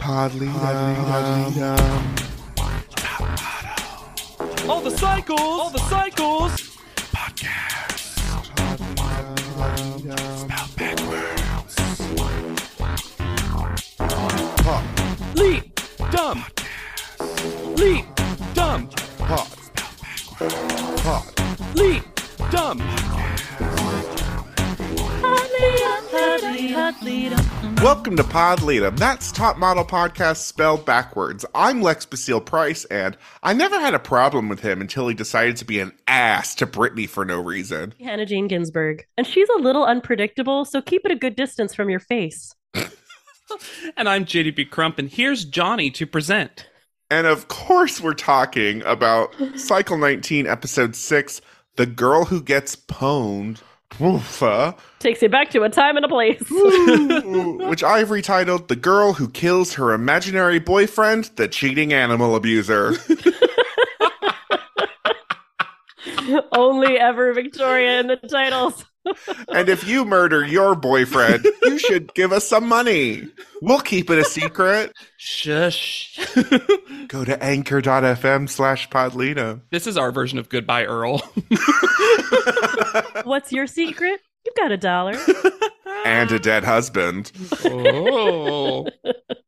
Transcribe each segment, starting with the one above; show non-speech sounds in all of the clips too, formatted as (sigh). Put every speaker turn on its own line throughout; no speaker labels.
Hardly, hardly, um,
All the cycles, all the cycles.
hardly, um,
Leap, dumb. Leap, dumb.
hot, hot,
Leap, dumb.
Welcome to Pod Lead'em. That's Top Model Podcast spelled backwards. I'm Lex Basile Price, and I never had a problem with him until he decided to be an ass to Brittany for no reason.
Hannah Jane Ginsburg. And she's a little unpredictable, so keep it a good distance from your face.
And I'm JDB Crump, and here's Johnny to present.
And of course, we're talking about Cycle 19, Episode 6, The Girl Who Gets Pwned. Oof, uh,
Takes you back to a time and a place.
which I've retitled The Girl Who Kills Her Imaginary Boyfriend, the Cheating Animal Abuser.
(laughs) Only ever Victoria in the titles.
and if you murder your boyfriend, you should give us some money. We'll keep it a secret.
Shush.
Go to anchor.fm slash podlina.
(laughs) this is our version of Goodbye Earl.
What's your secret? You've got a dollar.
And a dead husband.
oh.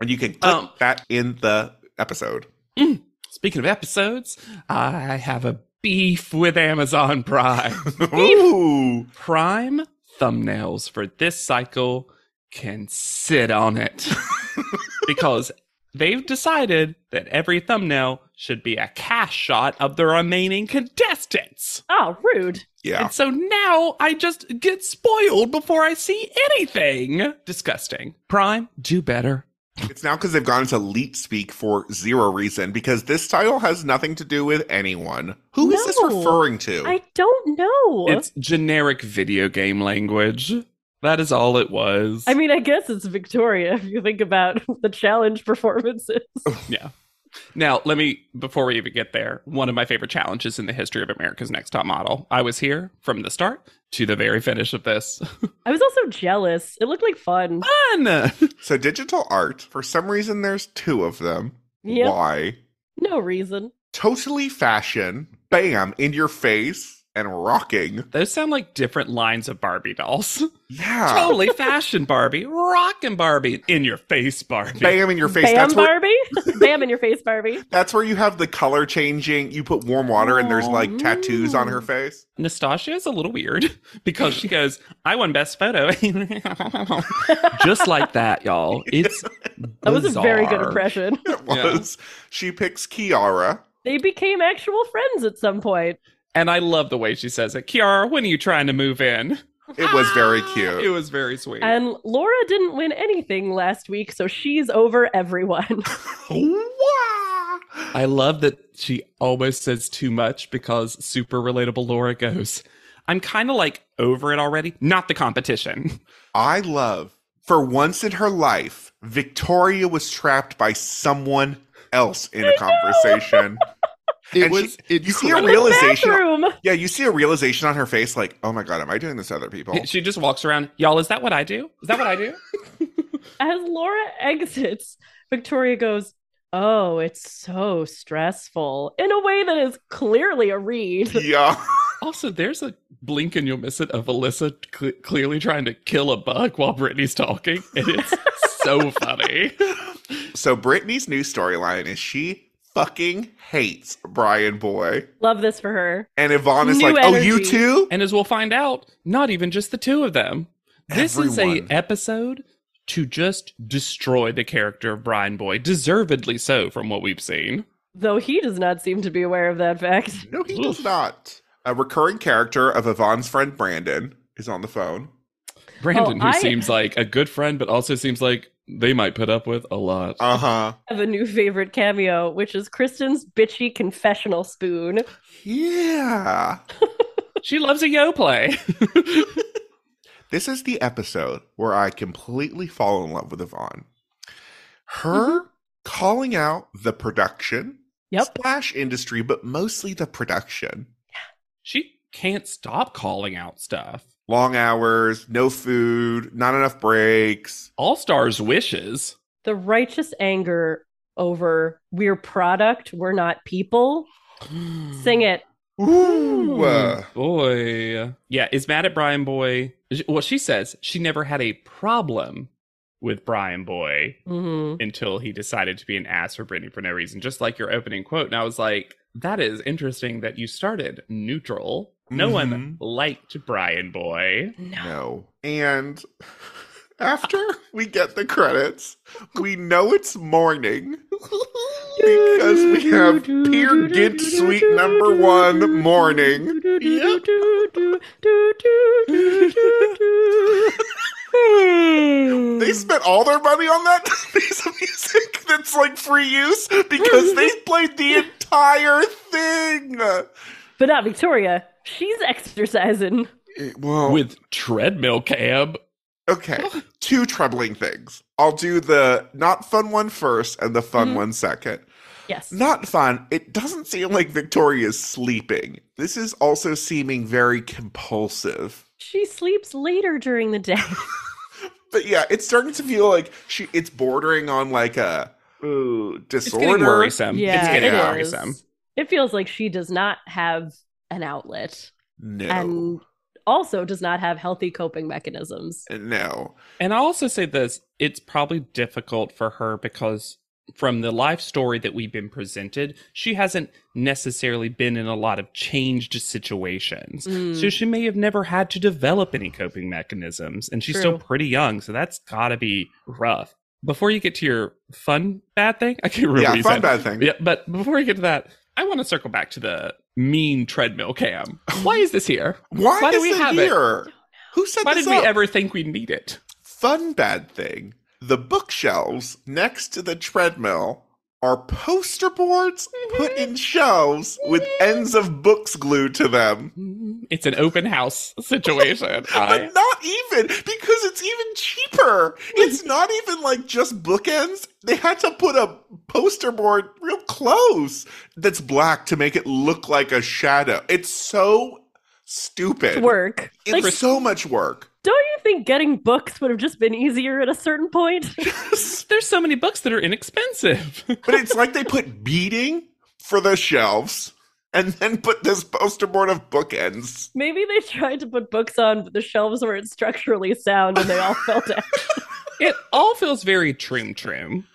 And you can click
Um.
that in the episode.
(laughs) Speaking of episodes, I have a beef with Amazon Prime.
Ooh.
Prime thumbnails for this cycle can sit on it because they've decided that every thumbnail should be a cash shot of the remaining contestants.
Oh, rude.
Yeah.
And so now I just get spoiled before I see anything. Disgusting. Prime, do better.
It's now because they've gone into leet speak for zero reason because this title has nothing to do with anyone. Who is this
No.
referring to?
I don't know.
It's generic video game language. That is all it was.
I mean, I guess it's Victoria if you think about (laughs) the challenge performances.
Now, let me, before we even get there, one of my favorite challenges in the history of America's Next Top Model. I was here from the start to the very finish of this.
I was also jealous. It looked like fun.
Fun! (laughs)
so, digital art, for some reason, there's two of them.
Yep.
Why?
No reason.
Totally fashion, bam, in your face, and rocking.
Those sound like different lines of Barbie
(laughs)
dolls.
Ah.
Yeah.
totally fashion Barbie, rockin' Barbie, in your face Barbie.
Bam in your face.
Bam,
That's where,
Barbie. (laughs) Bam in your face, Barbie.
that's where you have the color changing. You put warm water and there's like tattoos on her face. (laughs)
Nastasia is a little weird (laughs) because she goes, I won best photo. (laughs) Just like that, y'all. It's
(laughs) That was a very good
bizarre.
impression.
It
Yeah.
was. She picks Kiara.
They became actual friends at some point.
And I love the way she says it. Kiara, when are you trying to move in?
It was very
It
Ah, cute.
was very sweet.
And Laura didn't win anything last week, so she's over everyone.
Wah!
I love that she always says too much because super relatable Laura goes, I'm kind of like over it already. Not the competition.
I love, for once in her life, Victoria was trapped by someone else in a conversation.
(laughs) It
And
was
she- you see a
incredible.
realization.
Bathroom.
Yeah, you see a realization on her face, like, oh my god, am I doing this to other (laughs) people?
She just walks around, y'all, is that what I do? Is that what I do? (laughs)
As Laura exits, Victoria goes, Oh, it's so stressful in a way that is clearly a read.
yeah.
also, there's a blink and you'll miss it of Alyssa cl- clearly trying to kill a bug while Brittany's talking. And it's so funny. (laughs)
So Brittany's new storyline is she fucking hates Brian Boy.
Love this for her.
And Yvonne is
New
like, oh, you
energy.
too?
And as we'll find out, not even just the two of them. This is
Everyone.
a episode to just destroy the character of Brian Boy, deservedly so from what we've seen.
Though he does not seem to be aware of that fact. (laughs)
No, he
Oof.
does not. A recurring character of Yvonne's friend Brandon is on the phone.
Brandon,
Oh,
who
I-
seems like a good friend, but also seems like they might put up with a lot.
Uh huh.
I have a new favorite cameo, which is Kristen's bitchy confessional spoon.
Yeah.
she loves a yo play. (laughs)
This is the episode where I completely fall in love with Yvonne. Her calling out the production
Mm-hmm. Yep.
slash industry, but mostly the production.
she can't stop calling out stuff.
Long hours, no food, not enough breaks.
All Stars wishes.
the righteous anger over we're product, we're not people.
Mm.
Sing it.
Ooh. uh,
boy. Yeah, is mad at Brian Boy. Well, she says she never had a problem with Brian Boy
hmm
until he decided to be an ass for Brittany for no reason, just like your opening quote. And I was like, that is interesting that you started neutral. No one liked Brian Boy.
No.
No. And after we get the credits, we know it's morning because we have Peer Gint Suite number one morning.
Yep.
Hmm.
They spent all their money on that (laughs) piece of music that's like free use because they played the entire thing.
But not Victoria. She's exercising.
Well,
With treadmill cab.
okay, two troubling things. I'll do the not fun one first and the fun
Mhm.
one second.
Yes.
Not fun. It doesn't seem like Victoria's sleeping. This is also seeming very compulsive.
She sleeps later during the day.
But yeah, it's starting to feel like she it's bordering on like a ooh,
It's
disorder.
getting worrisome. it's
(laughs) yeah,
getting
it
is.
worrisome.
It feels like she does not have an outlet
No.
and also does not have healthy coping mechanisms.
no.
And I'll also say this it's probably difficult for her because from the life story that we've been presented, she hasn't necessarily been in a lot of changed situations.
Mm.
So she may have never had to develop any coping mechanisms, and she's still
True.
pretty young. So that's gotta be rough. Before you get to your fun bad thing, (laughs) I can't remember. what
Yeah,
you
fun
said.
bad thing.
Yeah, but before you get to that, I want to circle back to the mean treadmill cam. Why is this here?
Why,
Why do
is
we
it
have it?
here? Who set
Why
this
did we
up?
ever think we'd need it?
Fun bad thing. The bookshelves next to the treadmill are poster boards put
(laughs)
in shelves with ends of books glued to them.
It's an open house (laughs) situation. I,
But not even because it's even cheaper. It's not even like just bookends. They had to put a poster board real close that's black to make it look like a shadow. It's so stupid.
Work.
It's
Like,
so much work. (laughs)
don't you think getting books would have just been easier at a
(laughs)
certain point?
but
there's so many books that are inexpensive.
it's like they put beading for the shelves and then put this poster board of bookends.
Maybe they tried to put books on, but the shelves weren't structurally sound and
(laughs)
they all fell down.
(laughs) it all feels very trim trim.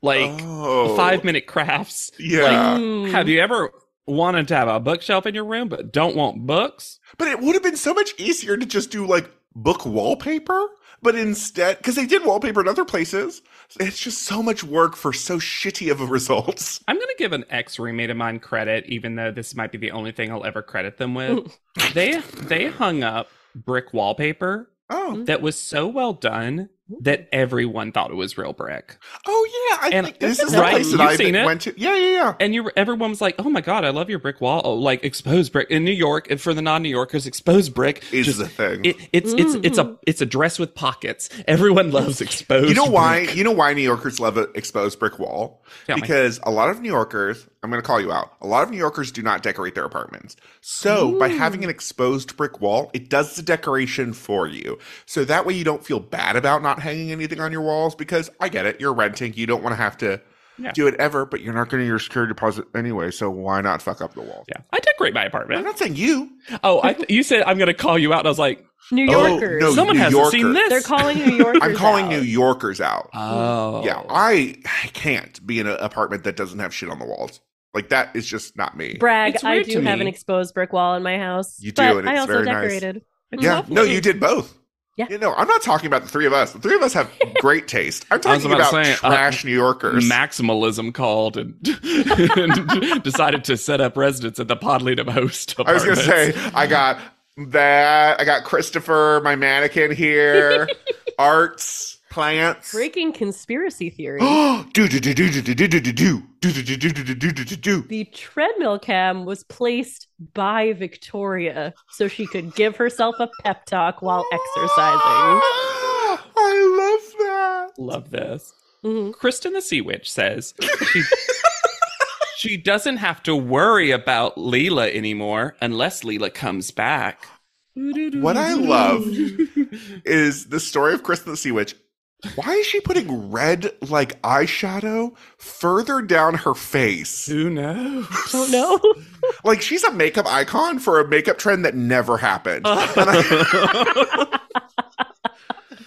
Like
Oh.
five minute crafts.
Yeah.
Mm.
Have you ever wanted to have a bookshelf in your room but don't want books?
But it would have been so much easier to just do like book wallpaper. But instead, because they did wallpaper in other places, it's just so much work for so shitty of a results.
I'm gonna give an ex roommate of mine credit, even though this might be the only thing I'll ever credit them (laughs) with. they they hung up brick wallpaper
Oh,
that was so well done that everyone thought it was real brick.
oh yeah. I
And
think this is the
right,
place that
you've
I
seen it.
went to. Yeah, yeah, yeah.
and you everyone was like, "Oh my god, I love your brick wall!" Oh, like exposed brick in New York. And for the non-New Yorkers, exposed brick
Is
just-
the thing.
It, it's it's it's a it's a dress with pockets.
(laughs)
Everyone loves exposed.
you know why?
brick.
You know why New Yorkers love an exposed brick wall?
Tell me.
because a lot of New Yorkers, I'm going to call you out. A lot of New Yorkers do not decorate their apartments. So by
Mm.
having an exposed brick wall, it does the decoration for you. So that way you don't feel bad about not hanging anything on your walls. Because I get it, you're renting, you don't want to have to
Yeah.
do it ever, but you're not going to your security deposit anyway. So why not fuck up the wall?
Yeah, I decorate my
I'm
apartment.
not saying you.
Oh, I th- you said I'm gonna call you out. And I was like,
New
Oh,
Yorkers.
no,
someone
New
hasn't seen
Yorker.
this.
They're calling New
(laughs)
Yorkers.
I'm calling
out.
New Yorkers out.
Oh,
Yeah, I, I can't be in an apartment that doesn't have shit on the walls. Like that is just not me.
Brag,
It's
I
weird
do
to
have an
me.
exposed brick wall in my house.
You do,
but
and
I
it's
also
very nice.
decorated.
It's
Yeah.
lovely.
No, you did both.
Yeah.
You know, I'm not talking about the three of us. The three of us
(laughs)
have great taste. I'm
I was
talking
about
about,
to say, uh,
trash New Yorkers.
Maximalism called and, (laughs) and decided to set up residence at the Podlitum host.
I was going to say,
apartments.
I got that. I got Christopher, my mannequin
(laughs)
here, arts, plants.
Breaking conspiracy
(gasps)
theory.
do do do do do do do do do do do do do do do do do do do.
the treadmill cam was placed by Victoria so she could give herself a pep talk while exercising.
Ah, (gasps) I love that.
love this.
Mhm.
Kristen the Sea Witch says she, she doesn't have to worry about Leela anymore unless Leela comes back.
Mm-hmm. (laughs)
Mm-hmm. (laughs)
What I love is the story of Kristen the Sea Witch Why is she putting red like eyeshadow further down her face?
(laughs) Who knows?
Don't know.
Like she's a makeup icon for a makeup trend that never happened.
Uh.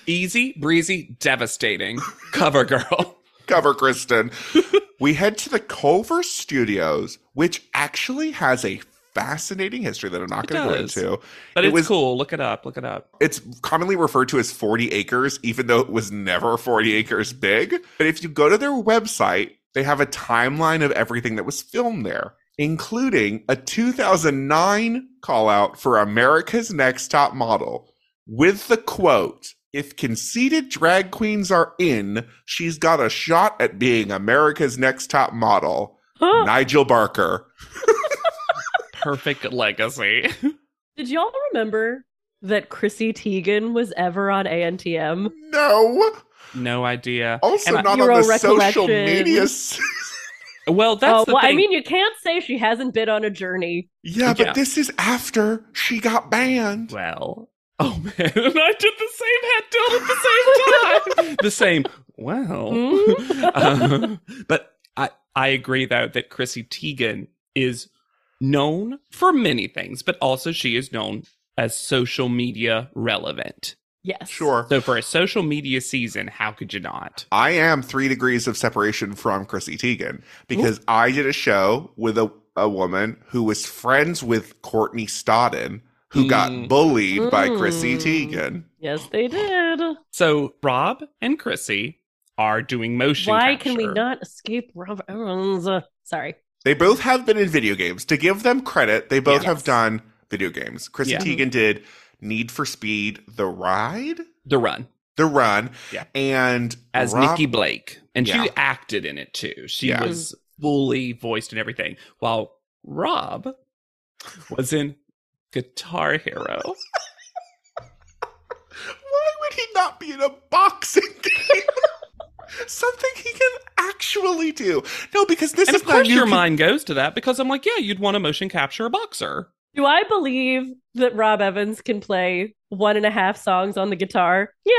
Easy, breezy, devastating. Cover girl.
(laughs) Cover
(laughs)
Kristen. we head to the Culver Studios, which actually has a fascinating history that I'm not
It
going to go
does.
into.
But
It
it's
was-
cool. Look it up. Look it up.
It's commonly referred to as 40 acres, even though it was never 40 acres big. But if you go to their website, they have a timeline of everything that was filmed there, including a 2009 call out for America's Next Top Model with the quote If conceited drag queens are in, she's got a shot at being America's Next Top Model, Nigel Barker.
Perfect legacy.
Did y'all remember that Chrissy Teigen was ever on ANTM?
No,
No idea.
also
And I-
not on
Euro
the social
recollection.
media.
Well, that's
oh,
the
well,
thing.
I mean, you can't say she hasn't been on a journey.
Yeah, but
Yeah.
this is after she got banned.
well. Oh man, (laughs) I did the same head tilt at the same time. (laughs) the same. Well. (laughs)
Hmm?
Um, but I, I agree though that Chrissy Teigen is known for many things, but also she is known as social media relevant.
yes.
Sure.
So for a social media season, how could you not?
I am three degrees of separation from Chrissy Teigen because I did a show with a, a woman who was friends with Courtney Stodden, who got
Mm.
bullied by Chrissy
Mm.
Teigen.
Yes, they did.
So Rob and Chrissy are doing motion.
Why can we
capture.
not escape Rob Evans? Uh, Sorry.
They both have been in video games. To give them credit, they both
Yes.
have done video games. Chrissy
Yeah.
Teigen did Need for Speed, The Ride,
the run
The Run,
Yeah.
and
as
Rob-
Nikki Blake, and
Yeah.
she acted in it too. She
Yeah.
was fully voiced and everything, while Rob was in Guitar Hero.
Why would he not be in a boxing (laughs) game? Something he can actually do. No, because (laughs) this
and
is
of course
not
your
you can-
mind goes to that because I'm like, yeah, you'd want to motion capture a boxer.
Do I believe that Rob Evans can play one and a half songs on the guitar? Yeah,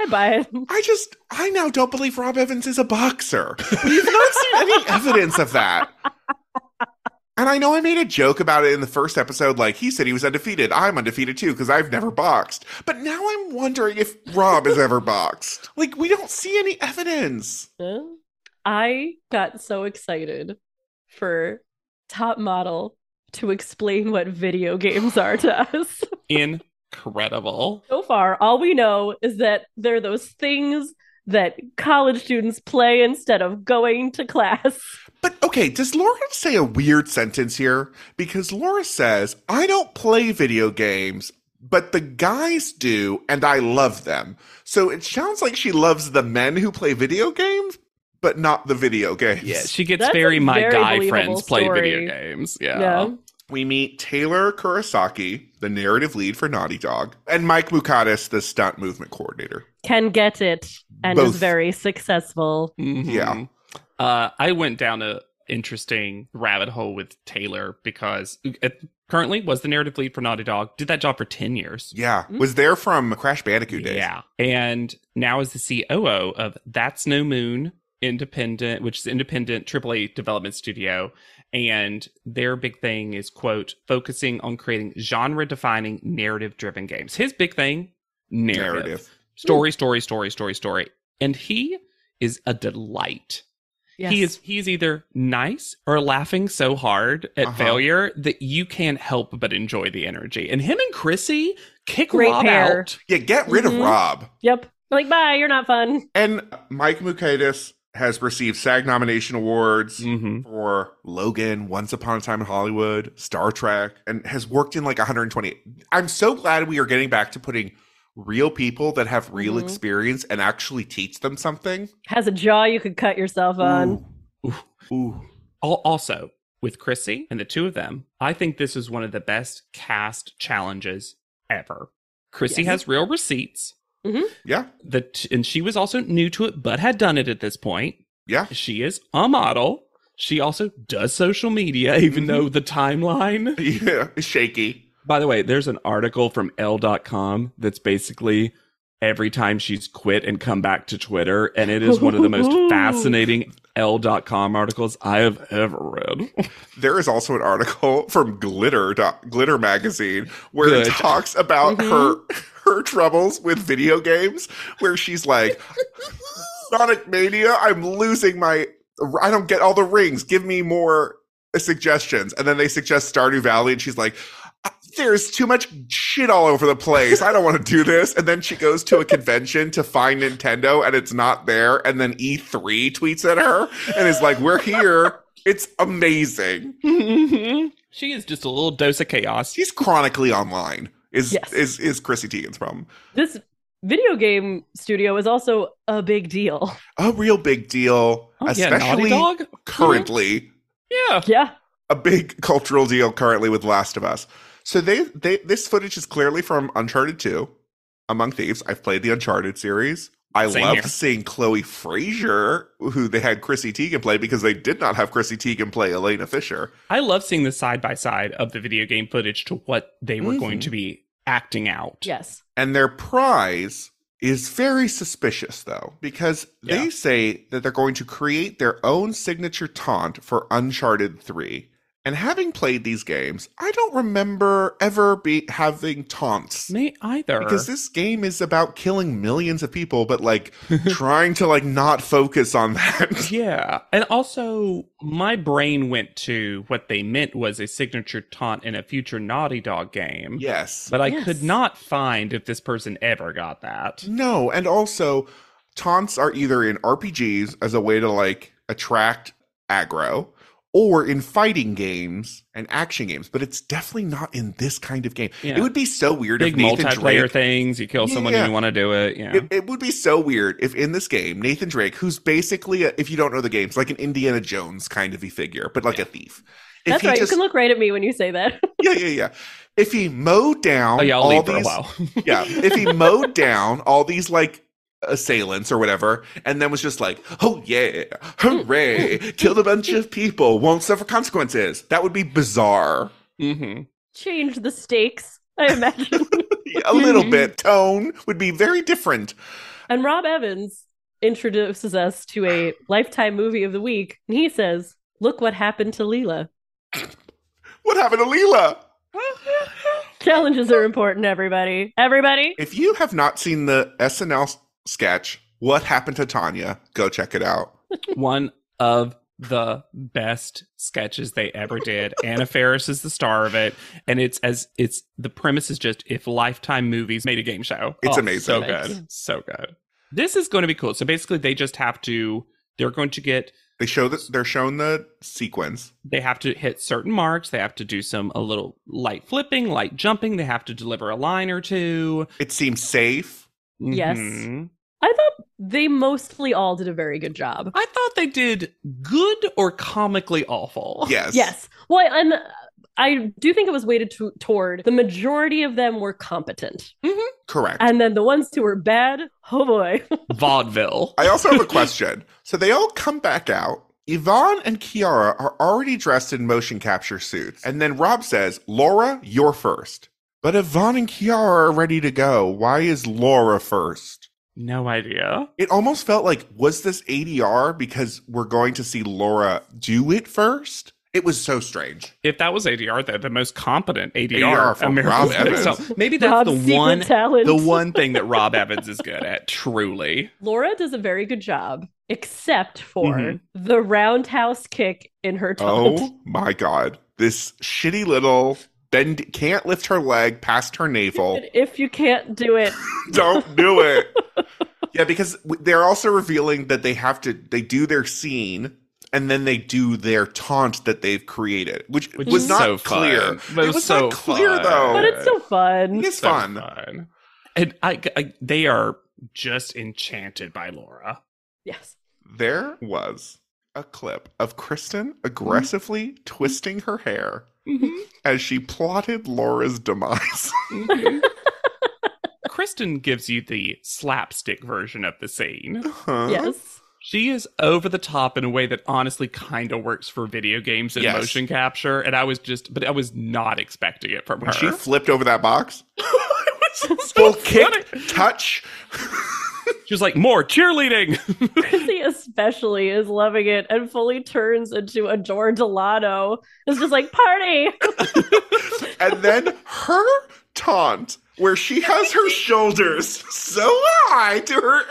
I buy it.
I just, I now don't believe Rob Evans is a boxer. We've not seen
(laughs)
any evidence of that. And I know I made a joke about it in the first episode. Like, he said he was undefeated. I'm undefeated too, because I've never boxed. But now I'm wondering if Rob has ever boxed. Like, we don't see any evidence.
Huh? (laughs) I got so excited for Top Model to explain what video games are to us.
Incredible.
so far, all we know is that they're those things that college students play instead of going to class. (laughs)
But okay, does Laura say a weird sentence here? Because Laura says, I don't play video games, but the guys do, and I love them. So it sounds like she loves the men who play video games, but not the video games.
Yeah, she gets
That's
very
a
my
very
guy
believable
friends play
story.
video games. Yeah.
We meet Taylor Kurosaki, the narrative lead for Naughty Dog, and Mike Mukatis, the stunt movement coordinator.
Can get it and
Both.
is very successful.
Mhm.
Yeah.
Uh, I went down a interesting rabbit hole with Taylor because it currently was the narrative lead for Naughty Dog. Did that job for 10 years.
Yeah,
Mm.
was there from Crash Bandicoot days.
Yeah. And now is the COO of That's No Moon Independent, which is independent AAA development studio. And their big thing is, quote, focusing on creating genre defining narrative driven games. His big thing, narrative.
narrative.
Story, story, story, story, story. And he is a delight. He is he's either nice or laughing so hard at
Uh-huh.
failure that you can't help but enjoy the energy. And him and Chrissy kick
Great
Rob
pair.
out.
Yeah, get rid of
Mhm.
Rob.
Yep. Like, bye, you're not fun.
And Mike Mukatis has received SAG nomination awards
Mm-hmm.
for Logan, Once Upon a Time in Hollywood, Star Trek, and has worked in like 120. I'm so glad we are getting back to putting real people that have real
Mhm.
experience and actually teach them something.
Has a jaw you could cut yourself on.
Ooh. Ooh.
Al- Also, with Chrissy and the two of them, I think this is one of the best cast challenges ever. Chrissy
Yes.
has real receipts.
Yeah.
The t- and she was also new to it, but had done it at this point.
Yeah. (laughs)
She is a model. She also does social media, (laughs) even
Mhm.
though the timeline.
yeah. Shaky.
By the way, there's an article from L.com that's basically every time she's quit and come back to Twitter. And it is one of the most fascinating L.com articles I have ever read.
There is also an article (laughs) from Glitter dot- Glitter magazine where it
Good.
talks about
Mhm.
her her troubles with video games, where she's like, Sonic Mania, I'm losing my, I don't get all the rings. Give me more suggestions, and then they suggest Stardew Valley, and she's like. "Uh, There's too much shit all over the place. I don't want to do this. And then she goes to a convention to find Nintendo and it's not there. And then E3 tweets at her and is like, We're here. It's amazing.
Mm-hmm.
she is just a little dose of chaos.
She's chronically online. Is
Yes.
is is Chrissy Teigen's problem?
This video game studio is also a big deal. (laughs)
A real big deal,
Oh, yeah, Naughty
especially
Dog.
currently.
Yeah.
Yeah.
A big (laughs) cultural deal currently with Last of Us. So they they this footage is clearly from Uncharted Two, Among Thieves. I've played the Uncharted series. I
Same
love
here.
seeing Chloe Frazier, who they had Chrissy Teigen play because they did not have Chrissy Teigen play Elena Fisher.
I love seeing the side by side of the video game footage to what they were going
Mhm.
to be acting out.
Yes.
And their prize is very suspicious, though, because they
Yeah.
say that they're going to create their own signature taunt for Uncharted 3. And having played these games, I don't remember ever be having taunts.
Me either.
Because this game is about killing millions of people, but
(laughs)
like trying to like not focus on that.
yeah. And also, my brain went to what they meant was a signature taunt in a future Naughty Dog game.
yes.
But I
Yes.
could not find if this person ever got that.
No, and also taunts are either in RPGs as a way to like attract aggro or in fighting games and action games, but it's definitely not in this kind of game.
Yeah.
It would be so weird
Big
if Nathan
multiplayer
Drake
things. You kill
Yeah,
someone
yeah.
and you want to do it. Yeah.
it, it would be so weird if in this game Nathan Drake, who's basically a, if you don't know the games, like an Indiana Jones kind of a figure, but like a thief. If
That's
he
right.
just
You can look right at me when you say that. (laughs)
yeah, yeah, yeah. If he mowed down
oh, yeah. I'll
all
leave for a
these
while. (laughs)
yeah if he mowed down all these like assailants or whatever and then was just like oh yeah hooray killed a bunch of people won't suffer consequences that would be bizarre
hmm
(laughs)
Change the stakes, I imagine.
a little
Mhm.
bit tone would be very different
and Rob Evans introduces us to a lifetime movie of the week, and he says, Look what happened to Leela.
what happened to leela
Challenges are important, everybody. Everybody.
if you have not seen the snl s- sketch what happened to tanya go check it out
one of the best sketches they ever did. Anna Faris is the star of it, and it's as it's the premise is just if Lifetime movies made a game show.
It's
Oh,
amazing.
so
Nice.
good, so good. This is going to be cool. So basically, they just have to. They're going to get.
they show that they're shown the sequence
They have to hit certain marks. They have to do some a little light flipping, light jumping. They have to deliver a line or 2
it seems safe
Yes.
Mhm.
I thought they mostly all did a very good job.
I thought they did good or comically awful.
yes
Yes. Well, and uh, I do think it was weighted to- toward the majority of them were competent.
correct
And then the ones who were bad, oh boy. (laughs)
Vaudeville.
I also have a question. So they all come back out. Yvonne and Kiara are already dressed in motion capture suits. And then Rob says, Laura, you're first. But Yvonne and Kiara are ready to go. Why is Laura first?
no idea.
It almost felt like, was this ADR because we're going to see Laura do it first? It was so strange.
If that was ADR, though, the most competent ADR,
ADR from Rob
America's-
Evans.
So maybe that's
Rob's
the
secret
one,
talent.
the one thing that Rob Evans is good
(laughs)
at. Truly,
Laura does a very good job, except for
Mhm.
the roundhouse kick in her taunt.
Oh (laughs) my God. This shitty little bend can't lift her leg past her
Oh.
navel.
And If you can't do it,
don't do it (laughs) yeah because w- they're also revealing that they have to they do their scene and then they do their taunt that they've created which,
which
was
is
not
so fun.
clear
But
It was not clear, though.
but it's so fun.
it is
So
fun
fun. And I, I, they are just enchanted by Laura.
Yes.
there was a clip of kristen aggressively twisting her hair
Mm-hmm.
as she plotted laura's demise
Kristen gives you the slapstick version of the scene.
Huh?
Yes.
She is over the top in a way that honestly kind of works for video games and
Yes.
motion capture, and I was just, but I was not expecting it from
when
her. (laughs)
she flipped over that box
I was
Full
so
kick,
funny.
touch.
She was like, more cheerleading. (laughs)
Chrissy especially is loving it and fully turns into a George Delano. It's just like party.
and then her taunt where she has her shoulders so high to her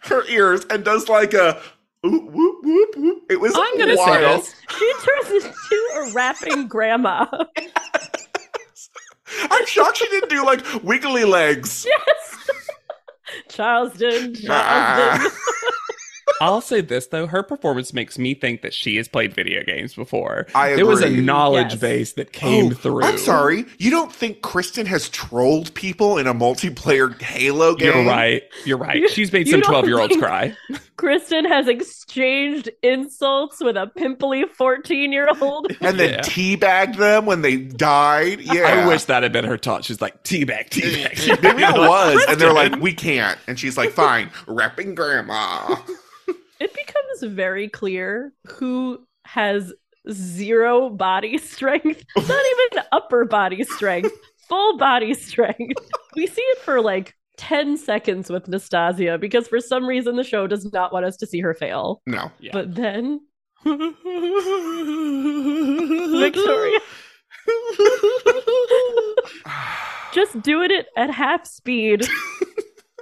her ears and does like a oop, whoop whoop whoop. It was
I'm gonna say
wild.
this.
She turns into a rapping grandma.
I'm shocked she didn't do like wiggly legs.
Yes. Charleston, Charleston.
Ah.
I'll say this though, her performance makes me think that she has played video games before.
I
There was a
agree.
knowledge
Yes.
base that came
Oh,
through.
I'm sorry. You don't think Kristen has trolled people in a multiplayer Halo game?
You're right. You're right.
You-
She's made
you
some
don't
12 year olds
think-
cry.
Kristen has exchanged insults with a pimply 14 year old.
And then
Yeah.
teabagged them when they died. Yeah. (laughs)
I wish that had been her taunt. She's like, teabag, teabag. (laughs)
Maybe it
teabag."
was. And they're like,
Kristen.
we can't. And she's like, fine, rapping grandma. (laughs)
It becomes very clear who has zero body (laughs) strength, not even upper body strength, full body strength. We see it for like 10 seconds with Nastasia because for some reason the show does not want us to see her fail.
No.
Yeah.
But then Victoria just doing it at half speed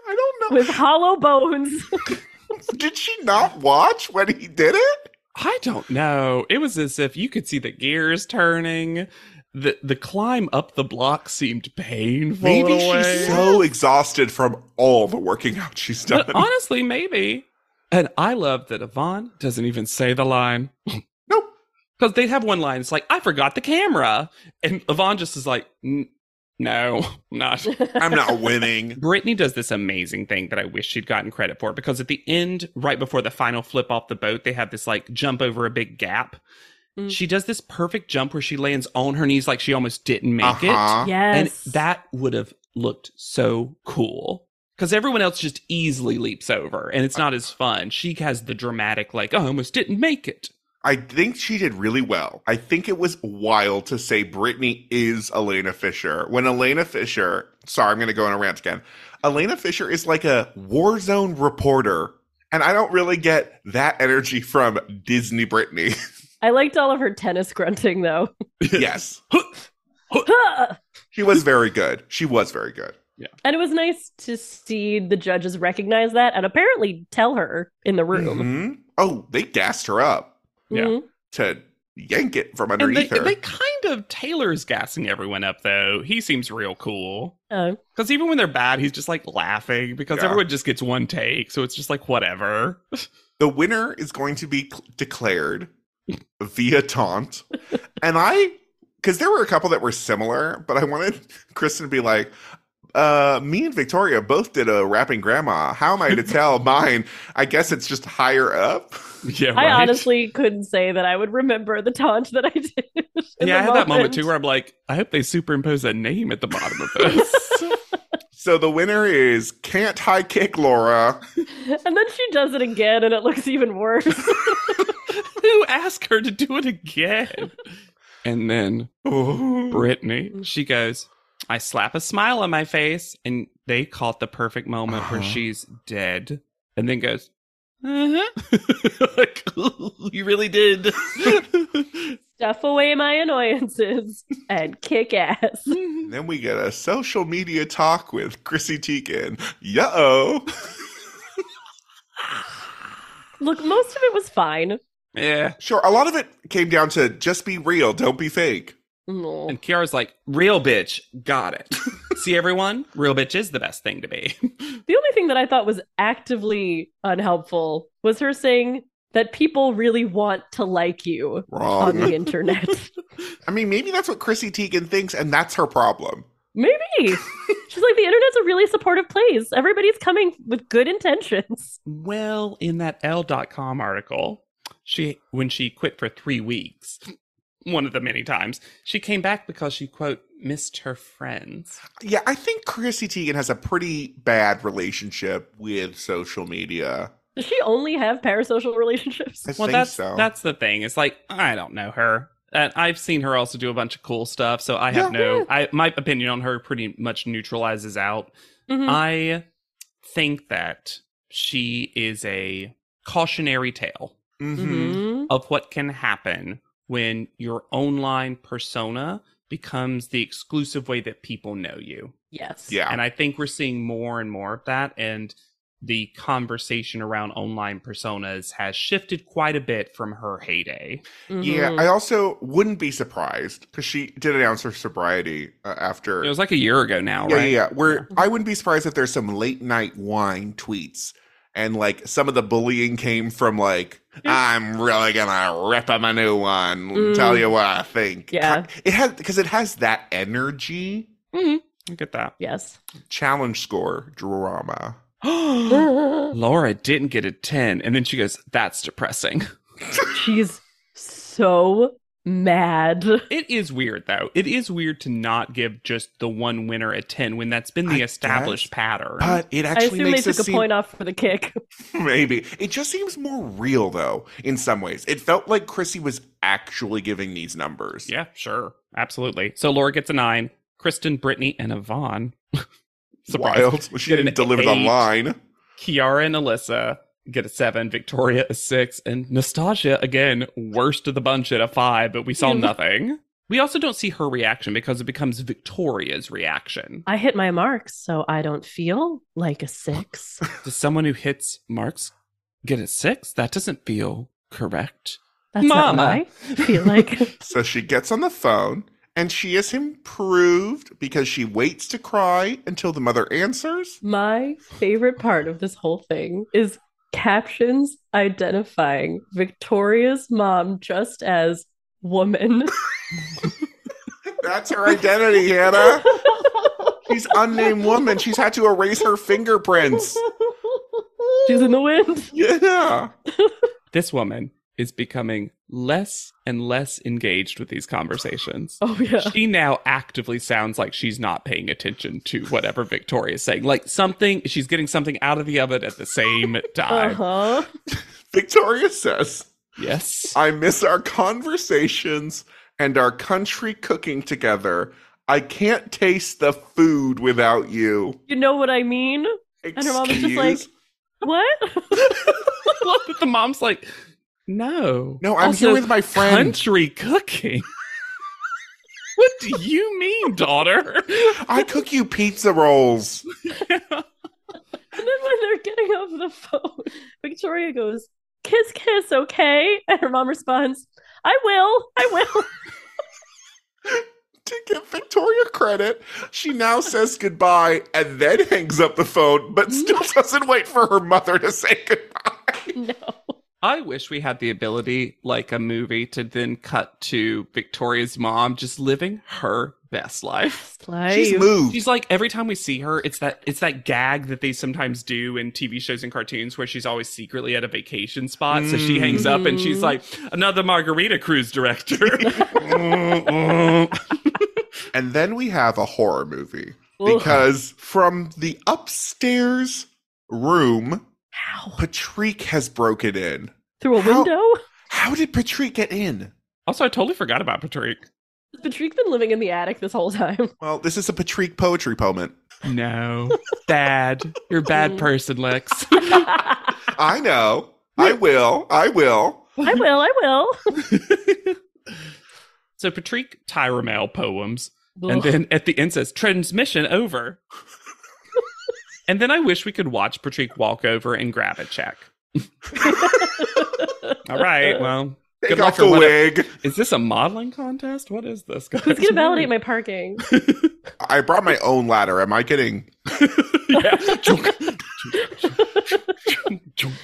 I don't know.
with hollow bones.
(laughs)
Did she not watch when he did it?
I don't know. It was as if you could see the gears turning. The the climb up the block seemed painful. in
Maybe
a way.
she's so exhausted from all the working out she's done.
But (laughs) honestly, maybe. And I love that Yvonne doesn't even say the line.
Nope.
Because they'd have one line. It's like, I forgot the camera. And Yvonne just is like, "N- no, I'm
(laughs)
not.
I'm not winning.
Brittany does this amazing thing that I wish she'd gotten credit for because at the end, right before the final flip off the boat, they have this like jump over a big gap.
Mm.
She does this perfect jump where she lands on her knees like she almost didn't make it.
Uh-huh.
yes.
And that would have looked so cool. Because everyone else just easily leaps over and it's not as fun. She has the dramatic, like, oh, I almost didn't make it.
I think she did really well. I think it was wild to say Brittany is Elena Fisher. When Elena Fisher, sorry, I'm going to go on a rant again. Elena Fisher is like a war zone reporter. And I don't really get that energy from Disney Brittany. (laughs)
(laughs)
I liked all of her tennis grunting though. (laughs)
yes. She was very good. She was very good.
And it was nice to see the judges recognize that and apparently tell her in the room.
Mhm. Oh, they gassed her up
Mm-hmm. Yeah.
Mhm.
to yank it from
And they,
underneath her.
they kind of, Taylor's gassing everyone up, though. He seems real cool.
Uh,
Because even when they're bad, he's just like laughing because
Yeah.
everyone just gets one take. So it's just like, whatever. (laughs)
the winner is going to be cl- declared via taunt. and I, because there were a couple that were similar, but I wanted (laughs) Kristen to be like, uh, me and Victoria both did a rapping grandma. How am I to tell mine? I guess it's just higher up.
yeah,
I
right.
honestly couldn't say that I would remember the taunt that I did. (laughs) in
yeah, I
the
had that moment too where I'm like, I hope they superimpose a name at the bottom of
(laughs)
this. (laughs)
So the winner is can't high kick Laura.
And then she does it again and it looks even
(laughs)
worse.
Who asked her to do it again? And then
Ooh.
Brittany, she goes, I slap a smile on my face, and they caught the perfect moment where
Uh-huh.
she's dead, and then goes, uh-huh. (laughs) like, you really did.
Stuff away my annoyances and kick ass. (laughs)
And then we get a social media talk with Chrissy Teigen. Yo.
Look, most of it was fine.
yeah.
Sure, a lot of it came down to just be real, don't be fake.
No.
And Kiara's like, real bitch, got it. See, everyone, real bitch is the best thing to be. (laughs)
The only thing that I thought was actively unhelpful was her saying that people really want to like you
Wrong.
on the internet.
I mean, maybe that's what Chrissy Teigen thinks, and that's her problem.
Maybe. She's like, the internet's a really supportive place. Everybody's coming with good intentions.
Well, in that L.com article, she when she quit for three weeks, one of the many times, she came back because she quote missed her friends.
Yeah, I think Chrissy Teigen has a pretty bad relationship with social media.
Does she only have parasocial relationships?
I
well,
think
that's
so.
that's the thing. It's like I don't know her. And I've seen her also do a bunch of cool stuff, so I have
Yeah.
no. I my opinion on her pretty much neutralizes out.
Mhm.
Mm-hmm. I think that she is a cautionary tale
Mhm.
Mhm.
of what can happen when your online persona becomes the exclusive way that people know you.
Yes.
Yeah.
And I think we're seeing more and more of that. And the conversation around online personas has shifted quite a bit from her heyday.
Yeah,
Mhm.
I also wouldn't be surprised because she did announce her sobriety uh, after.
It was like a year ago now,
yeah,
right?
yeah, yeah. Where I wouldn't be surprised if there's some late night wine tweets and like some of the bullying came from like I'm really gonna rip him a new one, tell
Mm.
you what I think.
Yeah.
Ki- it has because it has that energy.
Mhm. I get that. (gasps)
(gasps)
yes.
Challenge score drama.
Laura didn't get a 10. And then she goes, That's depressing. (laughs)
She's so mad.
It is weird, though. It is weird to not give just the one winner a 10 when that's been
I
the
guess.
established pattern.
But it
I
actually
assume they
makes
took a
us seem
point off for the kick.
(laughs) Maybe. It just seems more real, though, in some ways. It felt like Chrissy was actually giving these numbers.
yeah, sure. Absolutely. So Laura gets a 9. Kristen, Brittany, and Yvonne. (laughs) Surprise.
Wild. She
Get an
didn't deliver the
eight.
line.
Kiara and Alyssa get a seven, Victoria a six, and Nastasia, again, worst of the bunch at a five, but we saw
Mm.
nothing. We also don't see her reaction because it becomes Victoria's reaction.
I hit my marks, so I don't feel like
(laughs)
a six.
Does someone who hits marks get a six? That doesn't feel correct.
That's not what I
Mama.
feel like.
(laughs) So she gets on the phone and she is improved because she waits to cry until the mother answers.
My favorite part of this whole thing is captions identifying Victoria's mom just as woman. (laughs)
That's her identity, Hannah. She's unnamed woman. She's had to erase her fingerprints.
She's in the wind.
Yeah.
This woman is becoming less and less engaged with these
(laughs)
conversations.
Oh yeah.
She now actively sounds like she's not paying attention to whatever Victoria's saying. Like something, she's getting something out of the oven at the same time.
Uh-huh.
Victoria says,
Yes.
I miss our conversations and our country cooking together. I can't taste the food without you.
You know what I mean?
Excuse?
her mom is just like- What?
(laughs)
(laughs)
I love that the mom's like, no.
No, I'm
Also,
here with my friend.
Country cooking. (laughs) what do you mean, daughter?
I cook you pizza rolls.
And then when they're getting off the phone, Victoria goes, "Kiss, kiss, okay?" And her mom responds, "I will, I will."
To give Victoria credit, she now says goodbye and then hangs up the phone, but still doesn't wait for her mother to say goodbye.
(laughs) no.
I wish we had the ability, like a movie, to then cut to Victoria's mom just living her best life.
She's moved.
She's like every time we see her, it's that it's that gag that they sometimes do in TV shows and cartoons where she's always secretly at a vacation spot. So she hangs up and she's
Mhm.
like another margarita cruise (laughs) director.
(laughs) and then we have a horror movie because from the upstairs room,
Ow.
Patrick has broken in.
Through a
How-
window?
How did Patrick get in?
also, I totally forgot about Patrick.
Has Patrick been living in the attic this whole time?
Well, this is a Patrick poetry moment.
No, bad. You're a (laughs) bad person, Lex.
I
I know. (laughs) I will. I will.
will, I will.
so Patrick Tyramel poems, and then at the end says transmission over. (laughs) and then I wish we could watch Patrick walk over and grab a
(laughs)
check. All right, well.
Take
Good luck
off
or
the
what-
wig.
Is this a modeling contest? What is this? Guys?
Who's gonna validate
(laughs)
my parking?
I brought my own ladder. Am I kidding?
Yeah.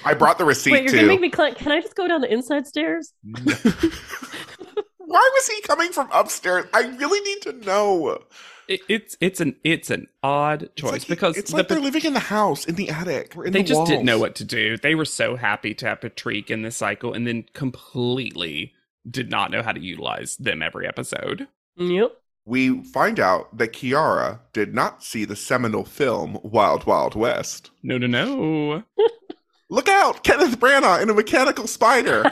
I brought the receipt
Wait, you're
too.
gonna make me climb. Can I just go down the inside stairs?
Why was he coming from upstairs? I really need to know.
It- it's it's an it's an odd
It's
choice
like he-
because
it's
the
like
pa-
they're living in the house, in the attic. or in
they
the
just didn't
walls.
know what to do. They were so happy to have Patrick in this cycle, and then completely did not know how to utilize them every episode.
Yep.
We find out that Kiara did not see the seminal film Wild Wild West.
No, no, no.
Look
(laughs)
out, Kenneth Branagh in a mechanical spider.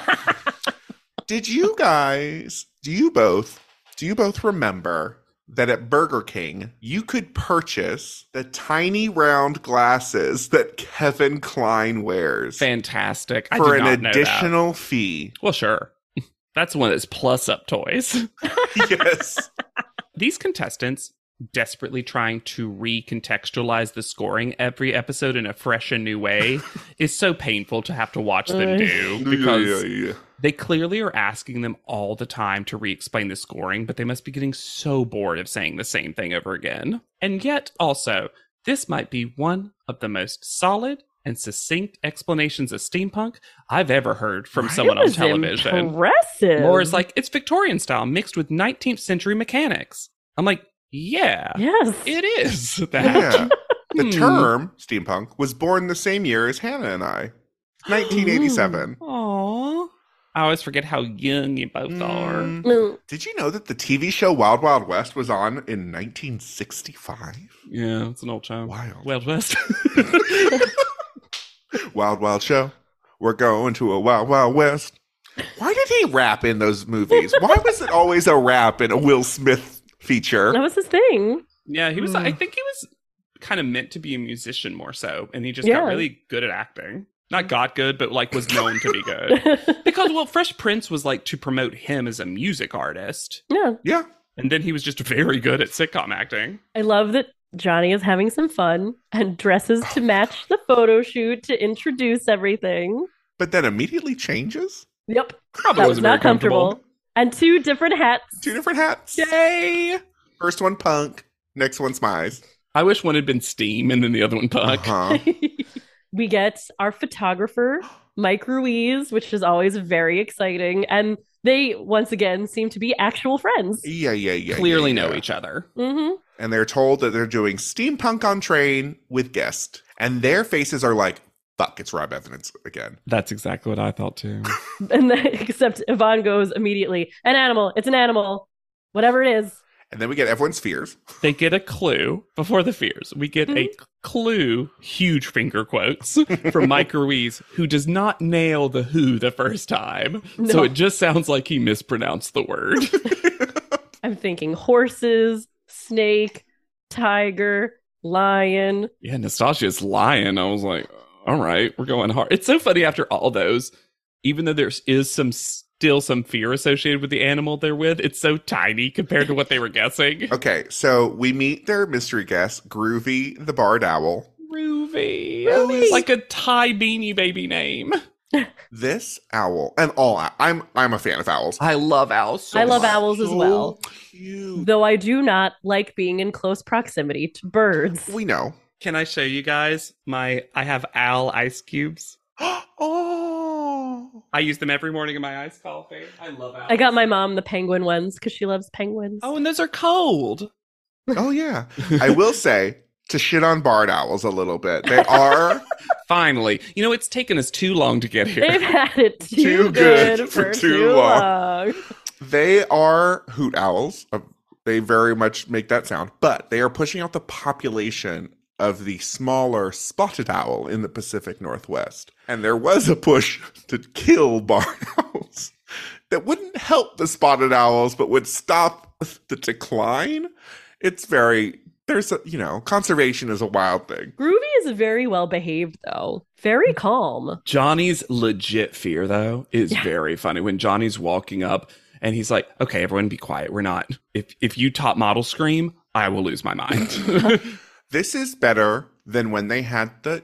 did you guys? do you both do you both remember that at Burger King you could purchase the tiny round glasses that Kevin Klein wears
Fantastic. I
for
did
an
not know that.
additional
(laughs)
fee?
Well, sure. That's one of those plus up toys. (laughs)
yes.
These contestants desperately trying to recontextualize the scoring every episode in a fresh and new (laughs) way is so painful to have to watch them do because
Yeah, yeah, yeah.
they clearly are asking them all the time to re explain the scoring, but they must be getting so bored of saying the same thing over again. And yet, also, this might be one of the most solid and succinct explanations of steampunk I've ever heard from someone
It
on
was
television.
Impressive.
Or it's like, it's Victorian style mixed with 19th century mechanics. I'm like, yeah,
yes.
it
(laughs)
is that.
Yeah. The
Hmm.
term steampunk was born the same year as Hannah and
(gasps)
I, 1987.
Aw. I always forget how young you both are.
Mm.
Mm.
Did you know that the TV show Wild Wild West was on in 1965?
Yeah, it's an old time.
Wild.
Wild West.
(laughs)
(laughs)
Wild Wild Show. We're going to a Wild Wild West. Why did he rap in those movies? Why was it always a rap in a Will Smith
That
(laughs)
feature?
was his thing. (laughs)
yeah, he was. I
Mm.
think he was kind of meant to be a musician more so, and he just
Yeah.
got really good at acting. Not got good, but like was known to be (laughs) good. Because well, Fresh Prince was like to promote him as a music artist,
yeah.
Yeah.
and then he was just very good at sitcom acting.
I love that Johnny is having some fun and dresses to match the photo shoot to introduce everything.
But then immediately changes?
Yep.
Probably
That was
wasn't
not
very comfortable.
comfortable. And two different hats.
Two different hats.
Yay!
First one punk, next one smize.
I wish one had been Steam and then the other one Puck.
(laughs)
Uh-huh.
we get our photographer, Mike Ruiz, which is always very exciting. And they once again seem to be actual friends.
Yeah, yeah, yeah.
Clearly
yeah,
know
yeah.
each other.
hmm
and they're told that they're doing steampunk on train with guest and their faces are like fuck it's rob evans again
That's exactly what I thought too.
And then, (laughs) except Yvonne goes immediately, an animal, it's an animal, whatever it is.
and then we get everyone's fears
they get a clue before the fears. We get a
Mm-hmm.
clue, huge finger quotes from
(laughs)
Mike Ruiz, who does not nail the who the first time.
No.
So it just sounds like he mispronounced the word. (laughs)
I'm thinking horses, snake, tiger, lion.
yeah, Nastasia's lying. I was like, all right, we're going hard. It's so funny after all those, even though there is some still some fear associated with the animal they're with, it's so tiny compared to what they were (laughs) guessing.
okay so we meet their mystery guest groovy the barred owl
Groovy.
Groovy.
Like a Thai beanie baby name.
this owl and all ow- i'm i'm a fan of owls
I love owls.
I love owls as
So
well.
cute.
Though I do not like being in close proximity to birds.
we know (gasps)
Can I show you guys my? I have Al ice cubes.
oh
I use them every morning in my iced coffee. I love Al.
I got my mom the penguin ones because she loves penguins.
Oh, and those are cold.
oh yeah i will say to shit on barred owls a little bit they are
Finally, you know it's taken us too long to get
(laughs) They've
here.
had it too,
Too
good, for, too, long.
They are hoot owls. Uh, They very much make that sound, but they are pushing out the population of the smaller spotted owl in the Pacific Northwest. And there was a push to kill (laughs) barn owls that wouldn't help the spotted owls, but would stop the decline. It's very, there's a, you know, conservation is a wild thing.
Groovy is very well behaved though. Very calm.
Johnny's legit fear though is
Yeah.
very funny when Johnny's walking up and he's like, "Okay, everyone, be quiet. We're not. If if you top model scream, I will lose my
(laughs)
mind." (laughs)
This is better than when they had the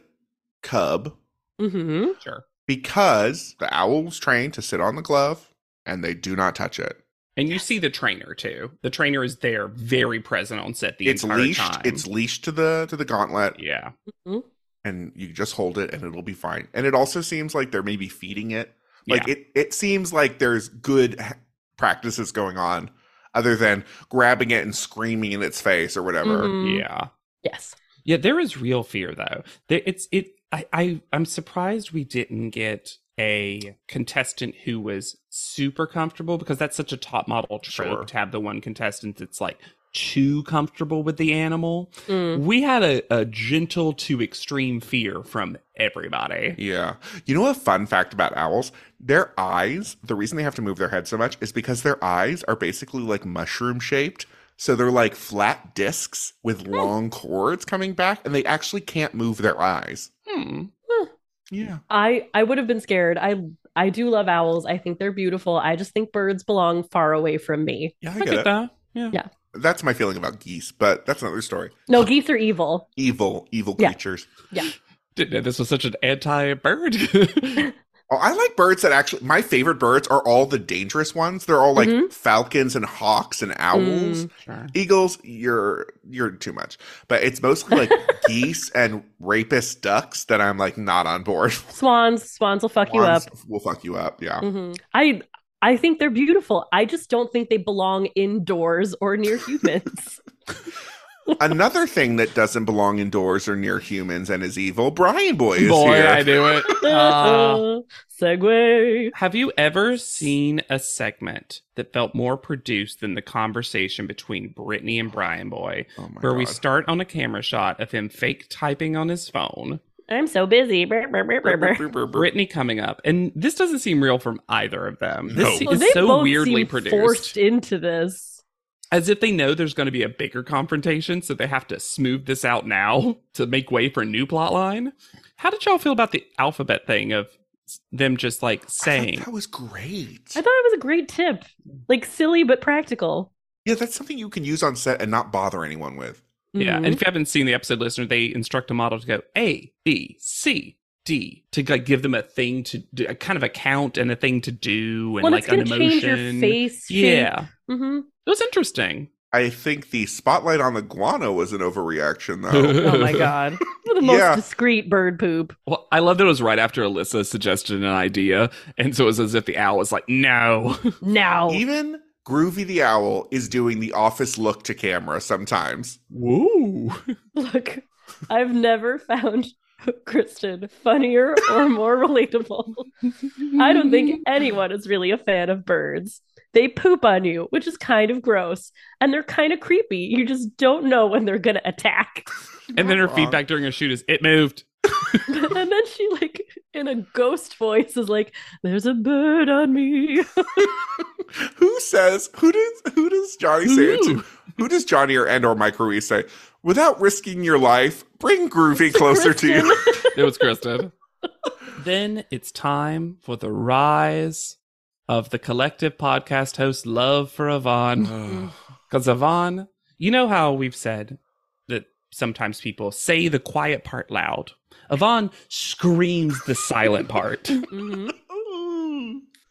cub
hmm
sure.
because the owl was trained to sit on the glove and they do not touch it.
And you see the trainer too. The trainer is there, very present on set the
it's
entire
leashed.
time.
It's leashed to the to the gauntlet,
yeah.
and you just hold it, and it'll be fine. And it also seems like they're maybe feeding it. Like
yeah.
it. It seems like there's good h- practices going on, other than grabbing it and screaming in its face or whatever.
Mm-hmm.
Mhm.
yeah.
Yes.
Yeah, there is real fear though. There, it's it. I, I I'm surprised we didn't get a contestant who was super comfortable because that's such a top model trope
Sure.
to have the one contestant that's like too comfortable with the animal.
Mm.
We had a, a gentle to extreme fear from everybody.
Yeah. You know a fun fact about owls? Their eyes, the reason they have to move their head so much is because their eyes are basically like mushroom shaped. So they're like flat discs with long cords coming back, and they actually can't move their eyes.
Hmm.
Yeah.
I I would have been scared. I I do love owls. I think they're beautiful. I just think birds belong far away from me.
Yeah, I
I
get
get
it.
that. Yeah.
Yeah.
That's my feeling about geese, but that's another story.
No, geese are evil.
Evil, evil
Yeah.
creatures.
Didn't know this was such an anti bird.
Oh, I like birds that actually, my favorite birds are all the dangerous ones. They're all like
Mhm.
falcons and hawks and owls.
Mm.
sure.
Eagles, you're you're too much. But it's mostly
(laughs)
like geese and rapist ducks that I'm like not on board.
Swans, swans will fuck you up.
Swans Will fuck you up. Yeah.
(laughs) Mhm. I I think they're beautiful. I just don't think they belong indoors or (laughs) near humans.
Another thing that doesn't belong indoors or near humans and is evil. Brian Boy is
(laughs) Boy,
here.
I knew it. (laughs) Uh,
Segway.
Have you ever seen a segment that felt more produced than the conversation between Brittany and Brian Boy,
oh my
where we
God.
start on a camera shot of him fake typing on his phone,
I'm so busy. Brr, brr, brr, brr, brr.
Brittany coming up, and this doesn't seem real from either of them. This
No.
se-
Well,
Well,
is
they
so
both
weirdly
seem
produced,
forced into this.
as if they know there's going to be a bigger confrontation, so they have to smooth this out now (laughs) to make way for a new plot line. How did y'all feel about the alphabet thing of s- them just like
I thought
saying?
that was great.
I thought it was a great tip. Like silly but practical.
yeah, that's something you can use on set and not bother anyone with.
Yeah,
Mhm.
and if you haven't seen the episode, listener, they instruct a model to go A, B, C, D to like give them a thing to do, a kind of a count and a thing to do, and
well,
like
it's gonna
an
change
emotion.
your face.
yeah,
(laughs)
hmm
it was interesting.
I think the spotlight on the guano was an overreaction
(laughs)
though.
Oh my god. the most
Yeah.
discreet bird poop.
Well, I love that it was right after Alyssa suggested an idea, and so it was as if the owl was like, "No, (laughs)
Now.
Even Groovy the Owl is doing the office look to camera sometimes.
woo."
(laughs) Look, I've never found (laughs) Kristen funnier or more (laughs) relatable. I don't think anyone is really a fan of birds. They poop on you, which is kind of gross, and they're kind of creepy. You just don't know when they're going to attack.
And then her
Aw.
feedback during her shoot is, "It moved."
(laughs) and then she, like, in a ghost voice, is like, There's a bird on me.
Who says who does who does Johnny say it to?
Ooh.
Who does Johnny or and or Mike Ruiz say? Without risking your life, bring Groovy closer to you.
(laughs)
It was Kristen. then it's time for the rise of the collective podcast host love for Yvonne.
(laughs)
Because Yvonne, you know how we've said that sometimes people say the quiet part loud. Yvonne screams the silent part
Mhm.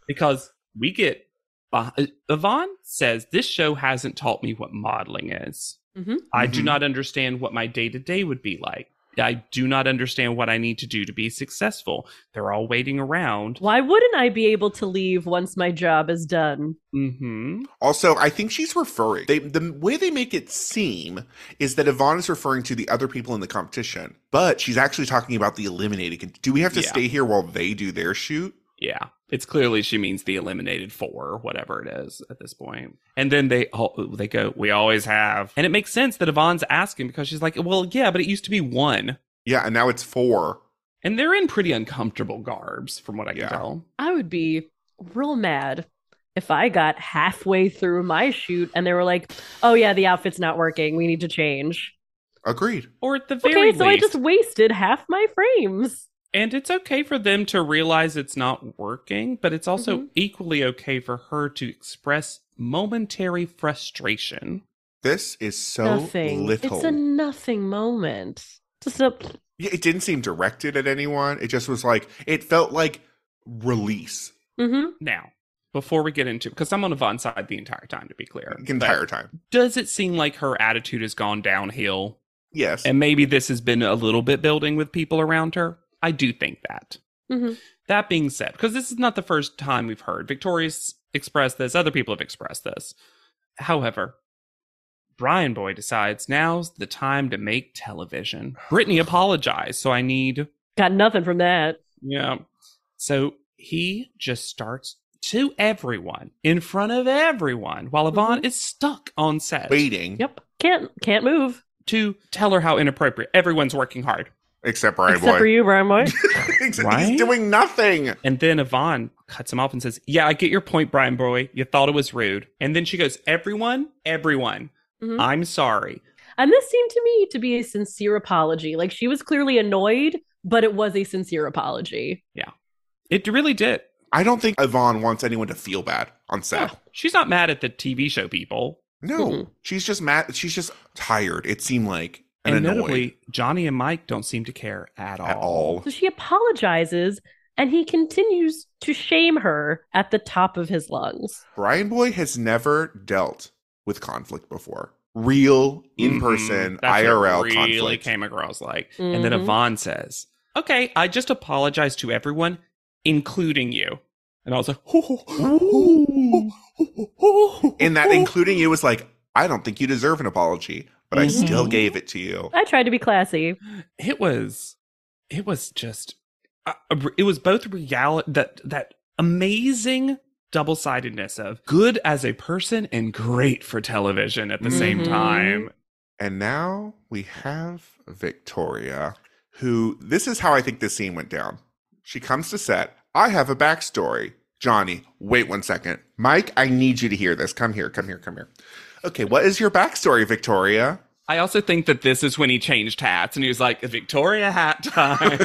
because we get. beh- Yvonne says, This show hasn't taught me what modeling is.
Mhm.
I do
Mhm.
not understand what my day to day would be like. I do not understand what I need to do to be successful. They're all waiting around.
Why wouldn't I be able to leave once my job is done?
hmm
Also, I think she's referring. They, the way they make it seem is that Yvonne is referring to the other people in the competition, but she's actually talking about the eliminated. con- Do we have to
Yeah.
stay here while they do their shoot?
Yeah. It's clearly she means the eliminated four, or whatever it is at this point. And then they all, they go, we always have. And it makes sense that Yvonne's asking because she's like, well, yeah, but it used to be one.
Yeah, and now it's four.
And they're in pretty uncomfortable garbs from what I can
Yeah.
tell.
I would be real mad if I got halfway through my shoot and they were like, "Oh yeah, the outfit's not working. We need to change."
Agreed.
Or at the
Okay,
very
so I
least.
just wasted half my frames.
And it's okay for them to realize it's not working, but it's also
Mm-hmm.
equally okay for her to express momentary frustration.
This is so
Nothing.
little.
It's a nothing moment. Just a
Yeah, it didn't seem directed at anyone. It just was like it felt like release
hmm
Now, before we get into because I'm on Yvonne's side the entire time, to be clear.
the entire time.
But Does it seem like her attitude has gone downhill?
Yes.
And maybe this has been a little bit building with people around her? I do think that.
hmm
That being said, because this is not the first time we've heard Victoria's expressed this, other people have expressed this. However, Brian Boy decides now's the time to make television. Brittany apologized, so I need,
Mm.
got nothing from that.
yeah. So he just starts to everyone in front of everyone while Yvonne is stuck on set
waiting.
Yep. Can't can't move.
to tell her how inappropriate. Everyone's working hard.
Except Brian
except
Boy.
for you, Brian
(laughs)
Boy.
Except
Right?
He's doing nothing.
And then Yvonne cuts him off and says, Yeah, I get your point, Brian Boy. You thought it was rude. And then she goes, Everyone, everyone,
Mhm.
I'm sorry.
and this seemed to me to be a sincere apology. Like she was clearly annoyed, but it was a sincere apology.
It really did.
I don't think Yvonne wants anyone to feel bad on set.
Yeah. She's not mad at the TV show people.
No,
Mhm.
she's just mad. She's just tired. It seemed like and,
And,
annoyed
notably, Johnny and Mike don't seem to care at all.
at all.
So she apologizes and he continues to shame her at the top of his lungs.
Brian Boy has never dealt with conflict before. Real in person
Mhm. That's what
IRL
really
conflict.
came across like. And then
Mhm.
Yvonne says, Okay, I just apologize to everyone, including you. And I was like,
And
Mm-hmm.
that including you was like, I don't think you deserve an apology, but I still
Mhm.
gave it to you.
I tried to be classy.
it was it was just uh, it was both reality that that amazing double-sidedness of good as a person and great for television at the same
Mhm.
time
And now we have Victoria, who this is how I think this scene went down. She comes to set. I have a backstory. Johnny, wait one second. Mike, I need you to hear this. Come here, come here, come here. Okay, what is your backstory, Victoria? (laughs)
i also think that this is when he changed hats and he was like victoria
(laughs)
hat time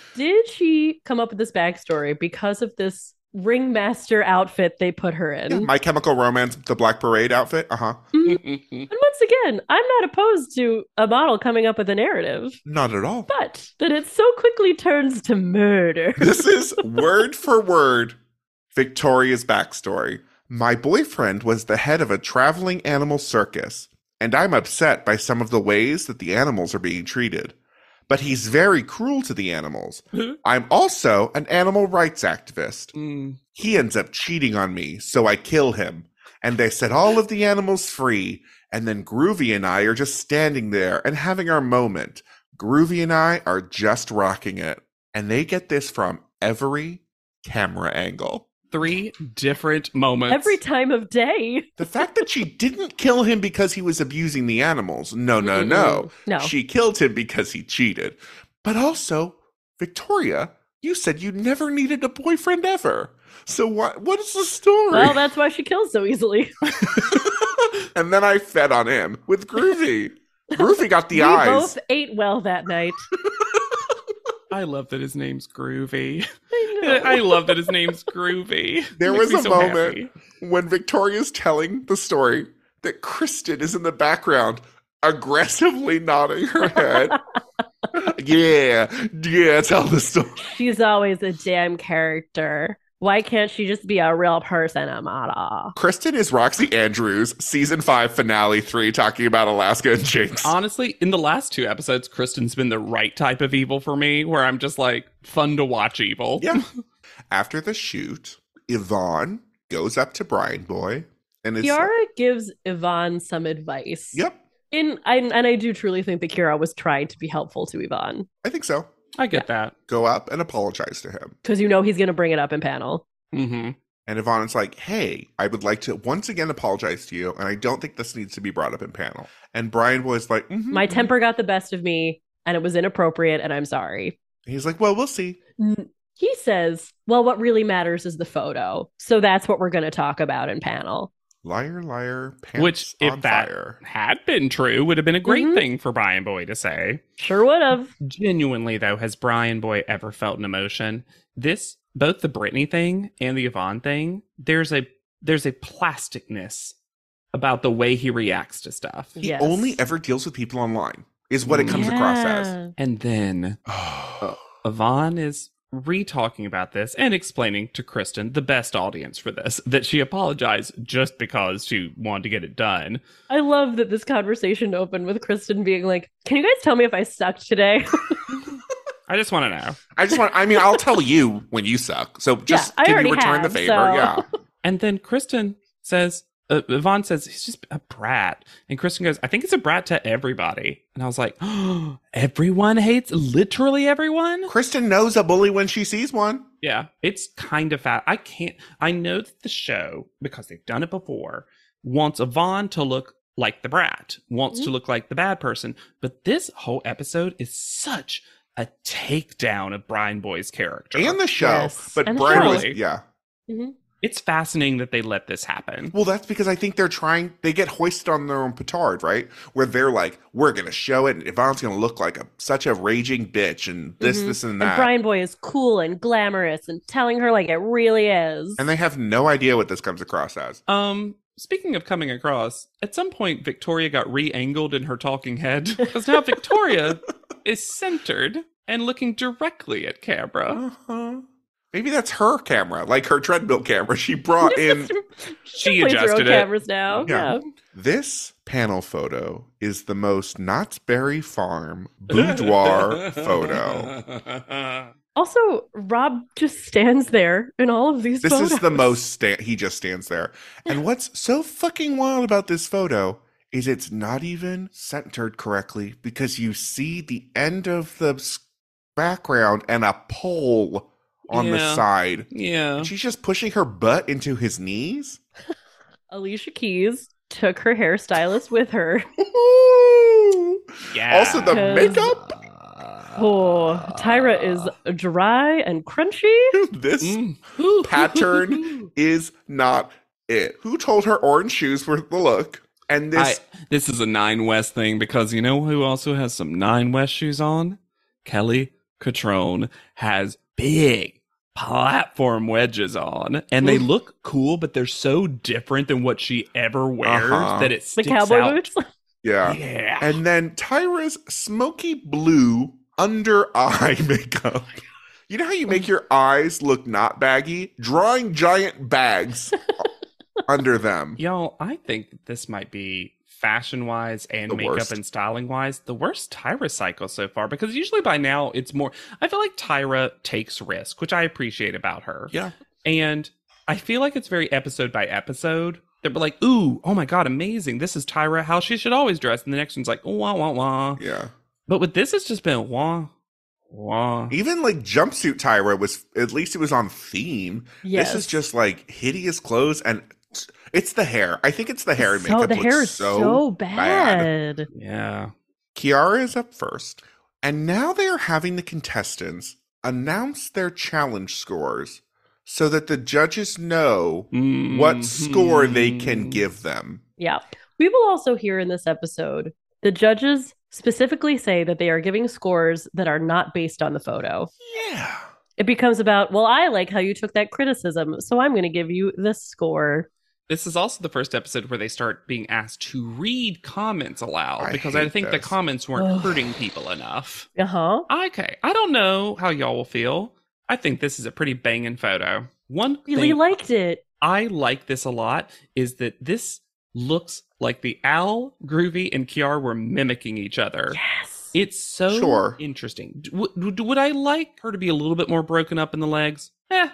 (laughs)
Did she come up with this backstory because of this ringmaster outfit they put her in?
My Chemical Romance, the Black Parade outfit. Uh huh.
And once again, I'm not opposed to a model coming up with a narrative,
Not at all.
but that it so quickly turns
(laughs)
to murder.
this is word for word Victoria's backstory. My boyfriend was the head of a traveling animal circus, and I'm upset by some of the ways that the animals are being treated. But he's very cruel to the animals. I'm also an animal rights activist.
Mm.
He ends up cheating on me, so I kill him. And they set all of the animals free, and then Groovy and I are just standing there and having our moment. Groovy and I are just rocking it. And they get this from every camera angle.
three different moments
Every time of day.
The fact that she didn't kill him because he was abusing the animals. No, no, no.
No.
Oh, She killed him because he cheated. But also, Victoria, you said you never needed a boyfriend ever. So what what is the story?
well, that's why she kills so easily.
(laughs) and then I fed on him with Groovy. Groovy got the
(laughs) we
eyes.
both ate well that night.
i love that his name's groovy
(laughs)
(laughs)
(laughs) I know.
i love that his name's groovy
There
Makes
was
me
a
so
moment-
happy.
When Victoria's telling the story that Kristen is in the background, aggressively nodding her
(laughs)
head. yeah, yeah, tell the story.
She's always a damn character. Why can't she just be a real person, Amada?
Kristen is Roxy Andrews, season five, finale three, talking about Alaska and Jinx.
Honestly, in the last two episodes, Kristen's been the right type of evil for me, where I'm just like fun to watch evil.
Yeah. After the shoot, Yvonne goes up to Brian Boy and is
Kiara gives Yvonne some advice.
Yep,
In I, and I do truly think that Kiara was trying to be helpful to Yvonne
I think so.
I get that.
Go up and apologize to him.
because you know he's going to bring it up in panel.
hmm
And Yvonne is like, hey, I would like to once again apologize to you, and I don't think this needs to be brought up in panel. And Brian Boy's like, "Mhm."
My temper got the best of me and it was inappropriate and I'm sorry.
He's like, well, we'll see.
N- He says, "Well, what really matters is the photo. So that's what we're going to talk about in panel."
Liar, liar, pants
Which, if
on
that-
fire.
Had been true, would have been a great
Mhm.
thing for Brian Boy to say.
Sure would have.
Genuinely, though, has Brian Boy ever felt an emotion? This, both the Britney thing and the Yvonne thing, there's a there's a plasticness about the way he reacts to stuff.
He
Yes.
only ever deals with people online, is what it comes across as.
And then uh,
Oh,
Yvonne is re talking about this and explaining to Kristen, the best audience for this, that she apologized just because she wanted to get it done.
I love that this conversation opened with Kristen being like, "Can you guys tell me if I sucked
(laughs)
today?"
I just want to know.
I just want, I mean, I'll tell you when you suck. So just
I
can
already
you return
have,
the favor?
so.
Yeah.
And then Kristen says, uh, Yvonne says, he's just a brat. And Kristen goes, I think it's a brat to everybody. And I was like, (gasps) everyone hates literally everyone?
Kristen knows a bully when she sees one.
Yeah, it's kind of fat. I can't. I know that the show because they've done it before. Wants Yvonne to look like the brat. Wants to look like the bad person. But this whole episode is such a takedown of Brian Boy's character.
and the show.
Yes.
But
And the
Brian
show.
was yeah.
Mhm.
it's fascinating that they let this happen.
Well, that's because I think they're trying. They get hoisted on their own petard, right? Where they're like, "We're gonna show it, and Yvonne's gonna look like a such a raging bitch, and this,
Mhm.
this, and
And
that."
Brian Boy is cool and glamorous and telling her like it really is. (laughs)
and they have no idea what this comes across as.
Um, speaking of coming across, at some point Victoria got re-angled in her talking head because now Victoria is centered and looking directly at camera.
Uh-huh. Maybe that's her camera, like her treadmill camera she
(laughs)
brought in.
She
plays her own
adjusted it.
cameras now.
Yeah.
Yeah.
This panel photo is the most Knott's Berry Farm boudoir photo.
Also, Rob just stands there in all of these
This
photos.
is the most sta- he just stands there. And what's so fucking wild about this photo is it's not even centered correctly because you see the end of the s- background and a pole on the
Yeah.
side.
(laughs) Yeah.
She's just pushing her butt into his
(laughs)
knees. (laughs)
Alicia Keys took her hairstylist
(laughs)
with her.
Yeah.
Also, the
Because-
makeup.
Oh, Tyra
Ah.
is dry and crunchy.
This
(laughs) Mm.
pattern is not it. Who told her orange shoes were the look? And this
I- this is a Nine West thing because you know who also has some Nine West shoes on? Kelly Catrone has big platform wedges on, and they
Mm.
look cool, but they're so different than what she ever wears
Uh-huh.
that it
The
sticks
cowboy
out.
boots. (laughs)
yeah.
Yeah.
And then Tyra's smoky blue under eye (laughs) makeup. You know how you make your eyes look not baggy? Drawing giant
(laughs)
bags under them.
Y'all, I think that this might be fashion wise and
The
makeup
worst.
and styling wise the worst Tyra cycle so far because usually by now it's more. I feel like Tyra takes risk, which I appreciate about her.
Yeah.
And I feel like it's very episode by episode. They're like, ooh, oh my God, amazing. This is Tyra, how she should always dress. And the next one's like, wah, wah, wah.
Yeah.
But with this, it's just been wah, wah.
Even like jumpsuit Tyra was at least it was on theme.
Yes.
This is just like hideous clothes and it's the hair. I think it's the hair and makeup.
So Oh, the
looks
hair is
so,
so,
bad.
bad.
Yeah.
Kiara is up first, and now they are having the contestants announce their challenge scores so that the judges know
Mm-hmm.
what score they can
Mhm.
give them.
Yeah. We will also hear in this episode the judges specifically say that they are giving scores that are not based on the photo.
Yeah.
It becomes about, well, I like how you took that criticism, so I'm going to give you this score.
This is also the first episode where they start being asked to read comments aloud
I
because
hate
I think the
this.
comments weren't
Ugh.
hurting people enough.
Uh huh.
Okay, I don't know how y'all will feel. I think this is a pretty banging photo. One
Really
thing
liked it.
I like this a lot is that this looks like the Al, Groovy, and Kiara were mimicking each other.
Yes.
It's so
Sure.
interesting. D- w- w- would I like her to be a little bit more broken up in the legs? Eh,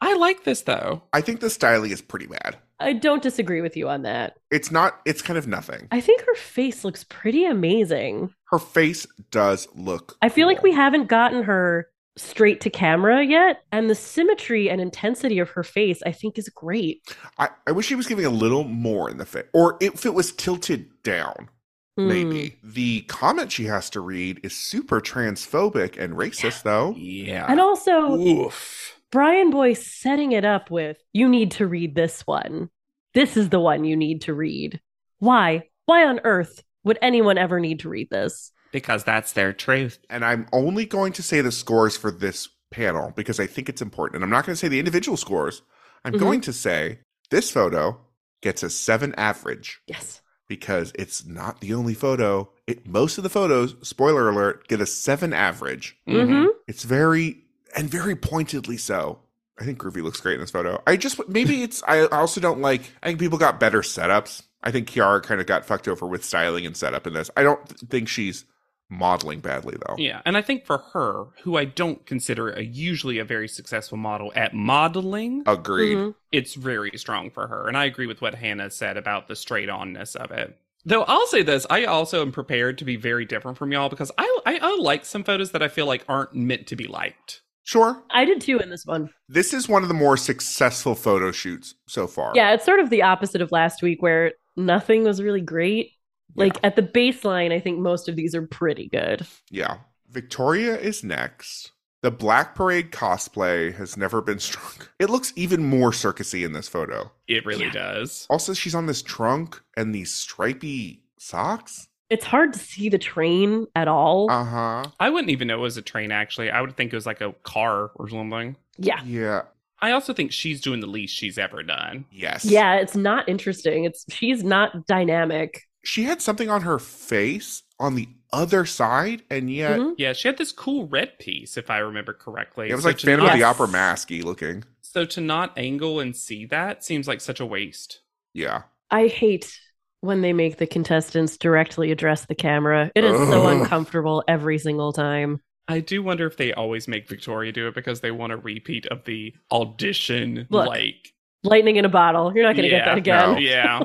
I like this though.
I think the styling is pretty bad.
I don't disagree with you on that.
It's not, it's kind of nothing.
I think her face looks pretty amazing.
Her face does look.
I feel like
cool.
we haven't gotten her straight to camera yet, and the symmetry and intensity of her face, I think, is great.
I, I wish she was giving a little more in the face, or if it was tilted down,
Hmm.
maybe. The comment she has to read is super transphobic and racist, though.
Yeah.
And also,
Oof.
Brian Boy setting it up with, you need to read this one. This is the one you need to read. Why? Why on earth would anyone ever need to read this?
Because that's their truth.
and I'm only going to say the scores for this panel because I think it's important. And I'm not going to say the individual scores. I'm
Mhm.
going to say this photo gets a seven average
Yes.
because it's not the only photo. It, most of the photos, spoiler alert, get a seven average.
Mm-hmm.
It's very and very pointedly so. I think Groovy looks great in this photo. I just maybe it's I also don't like. I think people got better setups. I think Kiara kind of got fucked over with styling and setup in this. I don't th- think she's modeling badly though.
Yeah, and I think for her, who I don't consider a usually a very successful model at modeling,
Agreed.
Mm-hmm.
it's very strong for her. And I agree with what Hannah said about the straight onness of it. Though I'll say this, I also am prepared to be very different from y'all because I I, I like some photos that I feel like aren't meant to be liked.
Sure.
I did too in this one.
This is one of the more successful photo shoots so far.
Yeah, it's sort of the opposite of last week where nothing was really great. Like at the baseline, I think most of these are pretty good.
Yeah. Victoria is next. The Black Parade cosplay has never been (laughs) stronger. It looks even more circusy in this photo.
It really
Yeah.
does.
Also, she's on this trunk and these stripy socks.
It's hard to see the train at all.
Uh huh.
I wouldn't even know it was a train, actually. I would think it was like a car or something.
yeah.
Yeah.
I also think she's doing the least she's ever done.
Yes.
Yeah, it's not interesting. It's she's not dynamic.
She had something on her face on the other side, and yet
Mhm.
Yeah, she had this cool red piece, if I remember correctly.
it was
So
like
to
Phantom of
not-
the
Yes.
Opera masky looking.
So to not angle and see that seems like such a waste.
Yeah.
I hate when they make the contestants directly address the camera. It is so
Ugh.
uncomfortable every single time.
I do wonder if they always make Victoria do it because they want a repeat of the audition.
Look,
like,
Lightning in a bottle. You're not going to
yeah,
get that again.
no. (laughs)
yeah.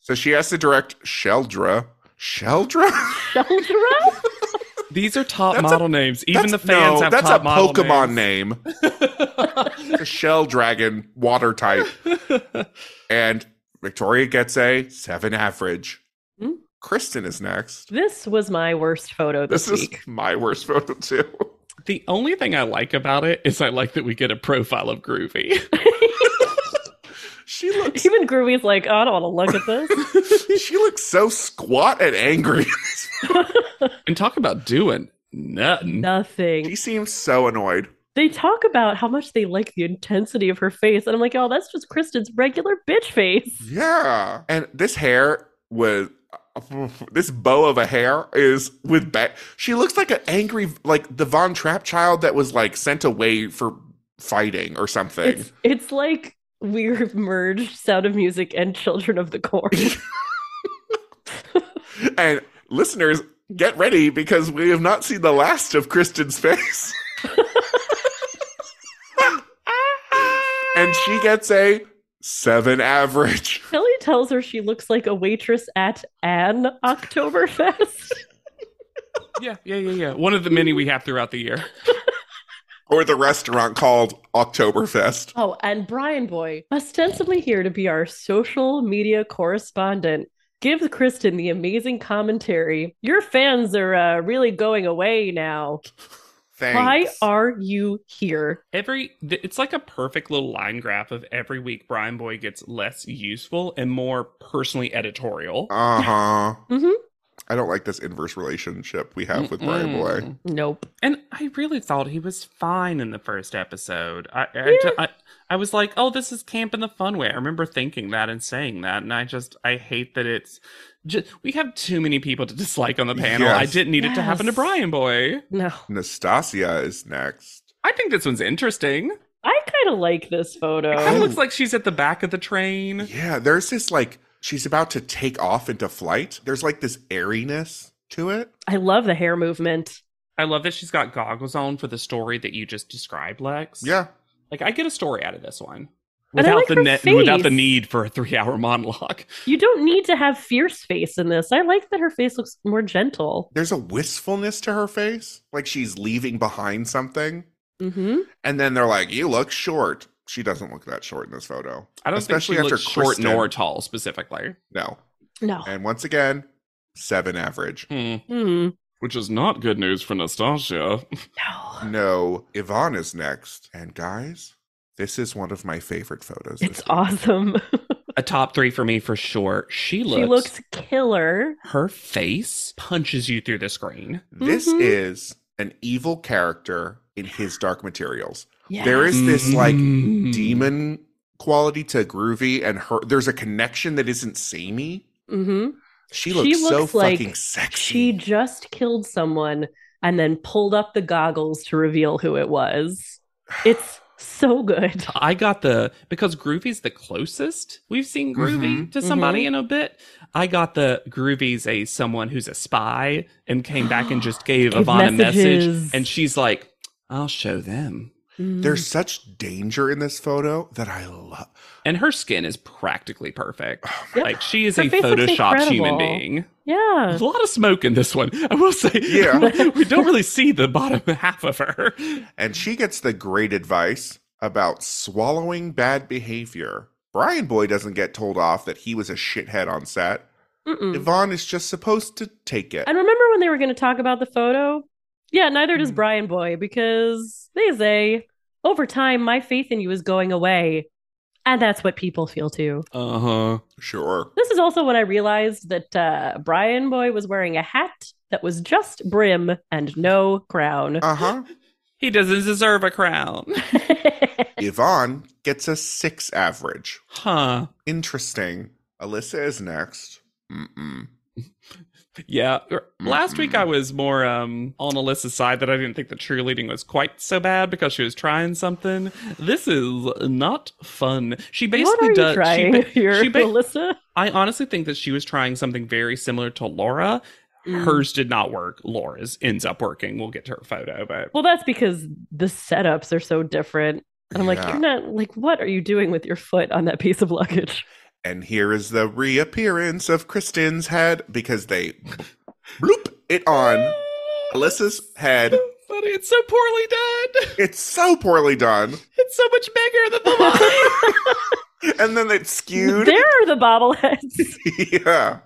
So she has to direct Sheldra. Sheldra? (laughs)
(laughs) Sheldra?
These are top
That's a-
model names. Even
That's-
the fans
no,
have
that's
top
a
model
Pokemon
names.
name. It's a shell dragon, water
(laughs)
type. And Victoria gets a seven average.
Hmm.
Kristen is next.
this was my worst photo this,
This is
week.
my worst photo too. (laughs)
the only thing I like about it is I like that we get a profile of Groovy.
She looks
Even Groovy's like, oh, I don't want to look at
(laughs)
this.
she looks so squat and angry. (laughs)
and talk about doing nothing.
Nothing.
she seems so annoyed.
They talk about how much they like the intensity of her face. And I'm like, oh, that's just Kristen's regular bitch face.
Yeah. And this hair was (laughs) this bow of a hair is with back. She looks like an angry like the Von Trapp child that was like sent away for fighting or something.
It's, it's like we're merged Sound of Music and Children of the Corn.
And listeners, get ready because we have not seen the last of Kristen's (laughs) face. and she gets a seven average.
Kelly tells her she looks like a waitress at an Oktoberfest.
Yeah, yeah, yeah, yeah. One of the many we have throughout the year.
Or the restaurant called Oktoberfest.
(laughs) oh, and Brian Boy, ostensibly here to be our social media correspondent, gives Kristen the amazing commentary. Your fans are uh, really going away now.
Thanks.
Why are you here?
Every th- it's like a perfect little line graph of every week Brian Boy gets less useful and more personally editorial.
uh huh.
Mhm.
I don't like this inverse relationship we have with Brian
Mm-mm.
Boy.
Nope.
And I really thought he was fine in the first episode. I I,
Yeah.
ju- I, I was like, oh, this is camp in the fun way. I remember thinking that and saying that, and I just I hate that it's. Just, we have too many people to dislike on the panel. I
Yes.
didn't need it to happen to
Yes.
Brian Boy.
No.
Nastasia is next.
I think this one's interesting.
I kind of like this photo.
It kind
Oh.
of looks like she's at the back of the train.
Yeah, there's this like, she's about to take off into flight. There's like this airiness to it.
I love the hair movement.
I love that she's got goggles on for the story that you just described, Lex.
Yeah.
like I get a story out of this one
And I
without
like
the
her
net, without the
face.
need for a three-hour (laughs) monologue.
You don't need to have fierce face in this. I like that her face looks more gentle.
there's a wistfulness to her face, like she's leaving behind something.
Mm-hmm.
And then they're like, "You look short." She doesn't look that short in this photo.
I don't
Especially
think she
after
looks short
Kristen.
nor tall specifically.
No.
No.
And once again, seven average.
Hmm.
Hmm.
Which is not good news for Nastasia. (laughs)
No.
No. Yvonne is next. And guys, this is one of my favorite photos. this
It's
week.
awesome. (laughs)
A top three for me for sure. She looks.
she looks killer.
Her face punches you through the screen.
This
Mhm.
is an evil character in his dark materials.
Yeah.
There is this like
Hmm.
Mm.
demon quality to Groovy and her there's a connection that isn't samey.
Mm-hmm.
She
She
looks,
looks
so
like
fucking sexy.
She just killed someone and then pulled up the goggles to reveal who it was. It's
(sighs)
so good.
I got the because Groovy's the closest we've seen Groovy
Mhm.
to somebody in a bit. I got the Groovy's a someone who's a spy and came back and just gave
Gave
Yvonne a message,
messages.
and she's like, "I'll show them."
There's
Mm.
such danger in this photo that I love.
And her skin is practically perfect.
Oh
Yep.
Like she is
Her
a
face looks
photoshopped human
incredible.
being.
yeah.
There's a lot of smoke in this one. I will say,
Yeah.
(laughs) we don't really see the bottom (laughs) half of her.
And she gets the great advice about swallowing bad behavior. Brian Boy doesn't get told off that he was a shithead on set.
Mm-mm.
Yvonne is just supposed to take it.
And remember when they were going to talk about the photo? Yeah, neither does
Mm-hmm.
Mm.
Brian Boy because they say, over time, my faith in you is going away. And that's what people feel too.
Uh huh.
Sure.
This is also when I realized that uh, Brian Boy was wearing a hat that was just brim and no crown.
Uh
(laughs)
huh.
He doesn't deserve a crown.
Uh, Yvonne gets a six average.
Huh.
Interesting. Alyssa is next. Mm-mm.
Yeah. Last week
Mm-mm.
I was more um, on Alyssa's side that I didn't think the cheerleading was quite so bad because she was trying something. This is not fun. She basically
what are
does.
you
she
trying
ba-
here,
she ba-
Melissa?
I honestly think that she was trying something very similar to Laura.
Mm.
Hers did not work. Laura's ends up working. We'll get to her photo,
(laughs)
but
Well, that's because the setups are so different. And I'm like,
Yeah.
you're not like, what are you doing with your foot on that piece of luggage?
And here is the reappearance of Kristen's head because they (laughs) bloop it on
(laughs)
Alyssa's head.
But it's so poorly done.
It's so poorly done.
It's so much bigger than the (laughs) one.
And then it's skewed.
There are the bobbleheads.
(laughs)
(laughs)
yeah.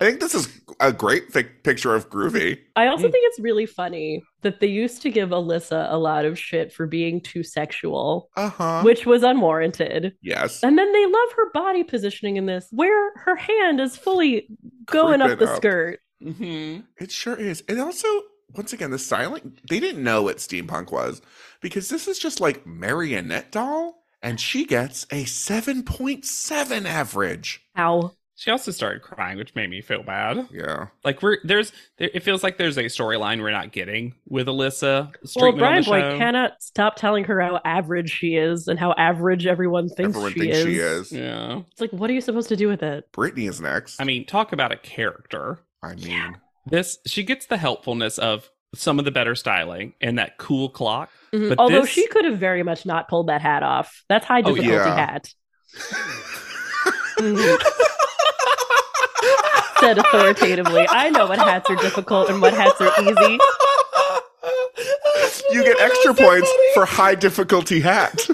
I think this is a great fic- picture of Groovy.
I also
Mm.
think it's really funny that they used to give Alyssa a lot of shit for being too sexual,
Uh huh.
which was unwarranted.
Yes.
And then they love her body positioning in this, where her hand is fully going up
Creeping
the skirt.
mm-hmm.
It sure is. And also, once again, the silent, they didn't know what steampunk was because this is just like marionette doll. And she gets a 7.7 average.
Ow.
She also started crying, which made me feel bad.
Yeah.
Like we're there's there, it feels like there's a storyline we're not getting with Alyssa.
Well,
Streetman
Brian
on the
Boy
show.
cannot stop telling her how average she is and how average everyone thinks,
Everyone
she,
thinks
is.
she is.
Yeah,
It's like, what are you supposed to do with it?
Brittany is next.
I mean, talk about a character.
I mean,
This she gets the helpfulness of some of the better styling and that cool clock. But
Although
this-
she could have very much not pulled that hat off. That's high
Oh,
difficulty
yeah. (laughs)
hat, Mm-hmm. said authoritatively. I know what hats are difficult and what hats are easy.
you get extra points for high difficulty hat.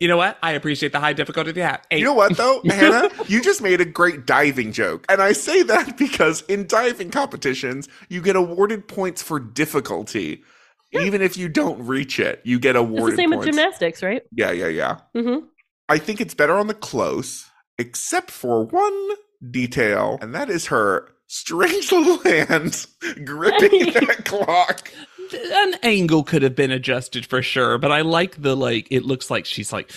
You know what? I appreciate the high difficulty of the hat. Eight.
You know what
(laughs)
though, Hannah? You just made a great diving joke. And I say that (laughs) because in diving competitions, you get awarded points for difficulty. Even if you don't reach it, you get
It's the
awarded
same with
points.
gymnastics, right?
yeah, yeah, yeah.
Mm-hmm.
I think it's better on the close, except for one detail, and that is her strange (laughs) little
(laughs)
hand gripping (laughs) that clock.
an angle could have been adjusted for sure but i like the like it looks like she's like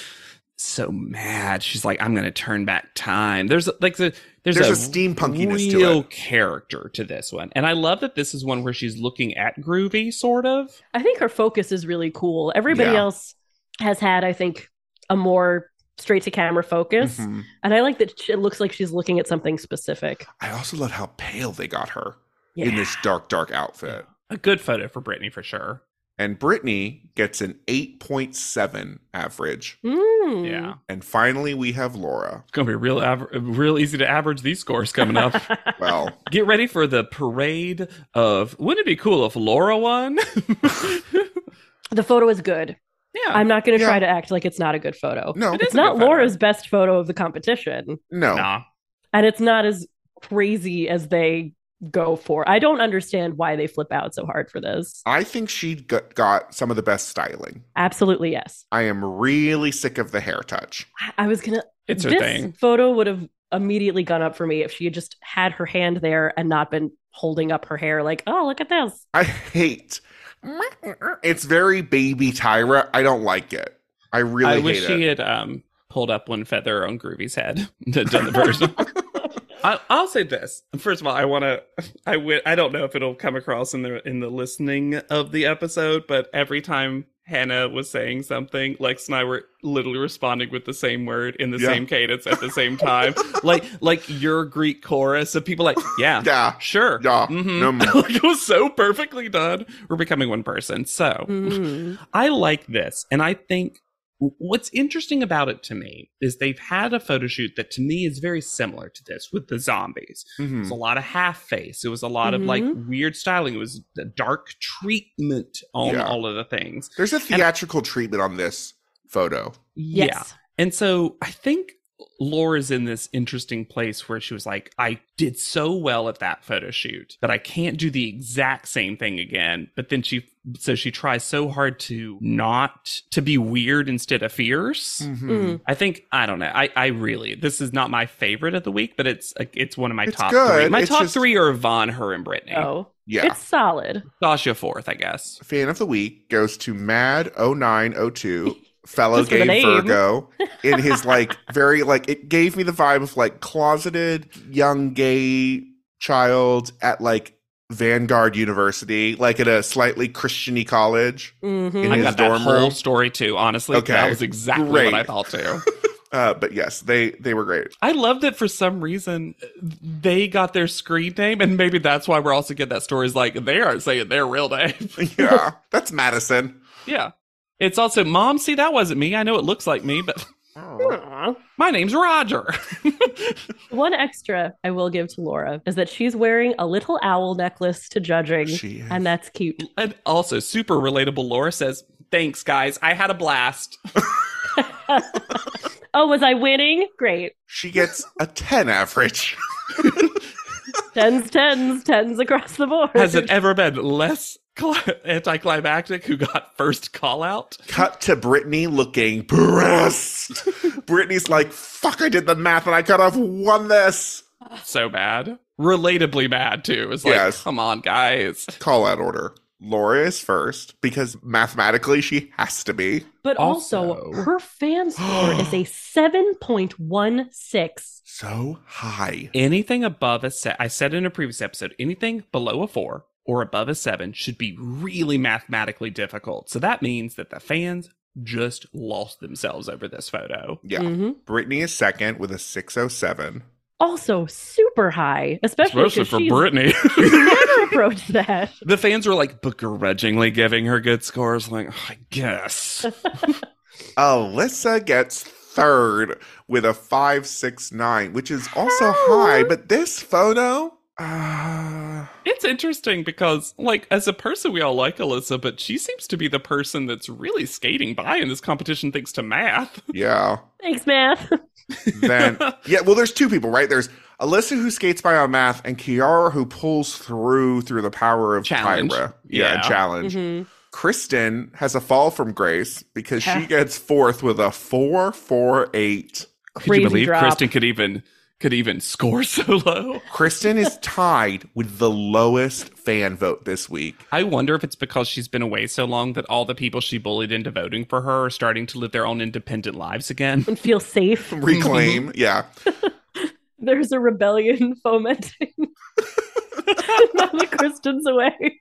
so mad she's like i'm gonna turn back time there's like the, there's,
There's a steampunkiness to
real
it.
character to this one and i love that this is one where she's looking at groovy sort of
I think her focus is really cool. Everybody
Yeah.
else has had, I think, a more straight to camera focus,
Mhm.
and I like that she- it looks like she's looking at something specific.
I also love how pale they got her
Yeah.
in this dark, dark outfit.
a good photo for brittany for sure
And Brittany gets an 8.7 average.
Mm.
yeah
And finally, we have Laura.
it's gonna be real aver- real easy to average these scores coming (laughs) up
Well,
get ready for the parade of wouldn't it be cool if laura (laughs) won
the photo is good.
yeah
I'm not going to
Yeah.
try to act like it's not a good photo.
no,
It is
It's
a good
not
photo.
Laura's best photo of the competition,
no.
nah
and it's not as crazy as they go for. I don't understand why they flip out so hard for this.
I think she got, got some of the best styling.
Absolutely, yes.
I am really sick of the hair touch.
I- I was going to
it's her
this
thing
photo would have immediately gone up for me if she had just had her hand there and not been holding up her hair like, oh, look at this.
I hate. (laughs) It's very baby Tyra. I don't like it. I really
I wish
hate
she
it.
had um, pulled up one feather on Groovy's head (laughs) and done the version. I, I'll say this first of all. I want to. I wi- I don't know if it'll come across in the in the listening of the episode, but every time Hannah was saying something, Lex and I were literally responding with the same word in the
Yeah.
same cadence at the same
(laughs)
time, like like your Greek chorus of people like, yeah,
(laughs)
(laughs)
Yeah.
sure,
Yeah.
mhm."
No more.
(laughs) like it was so perfectly done. We're becoming one person. So
(laughs) Mhm.
I like this. And I think what's interesting about it to me is they've had a photo shoot that to me is very similar to this with the zombies. It was
Mhm.
a lot of half face. It was a lot of like weird styling. It was the dark treatment on
Yeah.
all of the things.
There's a theatrical treatment on this photo.
Yeah.
Yes.
And so I think Laura's in this interesting place where she was like, I did so well at that photo shoot that I can't do the exact same thing again. But then she, so she tries so hard to not, to be weird instead of fierce.
Mhm.
I think I don't know. I, I really this is not my favorite of the week, but it's like, it's one of my
It's
top
good.
three. My
It's
top
just-
three are Yvonne, her, and Brittany.
Oh,
Yeah.
it's solid.
Sasha fourth, I guess.
Fan of the week goes to
(laughs)
Mad0902, fellow
Just with a
gay
name.
Virgo, in his
(laughs)
like very like it gave me the vibe of like closeted young gay child at like Vanguard University, like at a slightly Christiany college.
Mhm.
In
I
his
got that
dorm
whole
room?
story too. Honestly,
Okay.
that was exactly
Great.
what I thought too.
Uh, but yes, they they were great. (laughs)
I love that for some reason they got their screen name, and maybe that's why we're also getting that story. Is like they aren't saying their real name. (laughs)
Yeah, that's
(laughs)
Madison.
yeah, it's also mom. See, that wasn't me. I know it looks like me, but (laughs)
Oh.
Aw.
my name's Roger. (laughs)
One extra I will give to Laura is that she's wearing a little owl necklace to judging,
She is.
and that's cute.
And also, super relatable Laura says, Thanks, guys. I had a blast.
Oh, was I winning? Great.
She gets a 10 average.
Tens, tens, tens across the board.
Has it ever been less cli- anticlimactic who got first call out?
Cut to Brittany looking pressed. Brittany's like, fuck, I did the math and I could have won this.
So bad. Relatably bad, too. It's like,
Yes.
Come on, guys.
Call out order. Laura is first because mathematically she has to be.
But also,
Also-
her fan score
(gasps)
is a 7.16.
So high.
Anything above a set, I said in a previous episode, anything below a four or above a seven should be really mathematically difficult. So that means that the fans just lost themselves over this photo.
Yeah.
Mhm.
Brittany is second with a 607.
Also, super high, especially, because she's
Brittany. (laughs)
never approached that. (laughs)
The fans were like begrudgingly giving her good scores. Like, "Oh, I
(laughs)
guess.
Alyssa gets third with a 569, which is also
How?
high, but this photo. Uh,
it's interesting because, like, as a person, we all like Alyssa, but she seems to be the person that's really skating by in this competition thanks to math.
yeah.
Thanks, math.
(laughs)
then yeah well there's two people right there's alyssa who skates by on math and kiara who pulls through through the power of
Challenge.
tyra yeah,
Yeah. Mm-hmm.
challenge
(laughs) Mhm.
kristen has a fall from grace because she
(laughs)
Yeah.
gets fourth with a 448
Could you
Crazy
believe
drop.
Kristen could even could even score so low?
kristen
(laughs)
is tied with the lowest fan vote this week
I wonder if it's because she's been away so long that all the people she bullied into voting for her are starting to live their own independent lives again.
And feel safe.
reclaim
(laughs)
yeah
There's a rebellion (laughs)
(laughs)
fomenting. now that Kristen's away.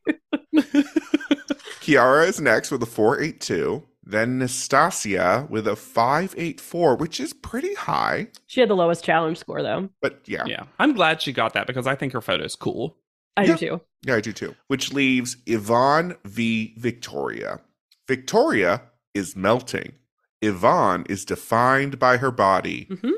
kiara is next with a 482 then nastasia with a 584 which is pretty high
She had the lowest challenge score, though.
but yeah
Yeah, I'm glad she got that because I think her photo's cool.
I
Yeah.
do too.
Yeah, I do too. Which leaves Yvonne v. Victoria. Victoria is melting. Yvonne is defined by her body.
Mm.
Mhm.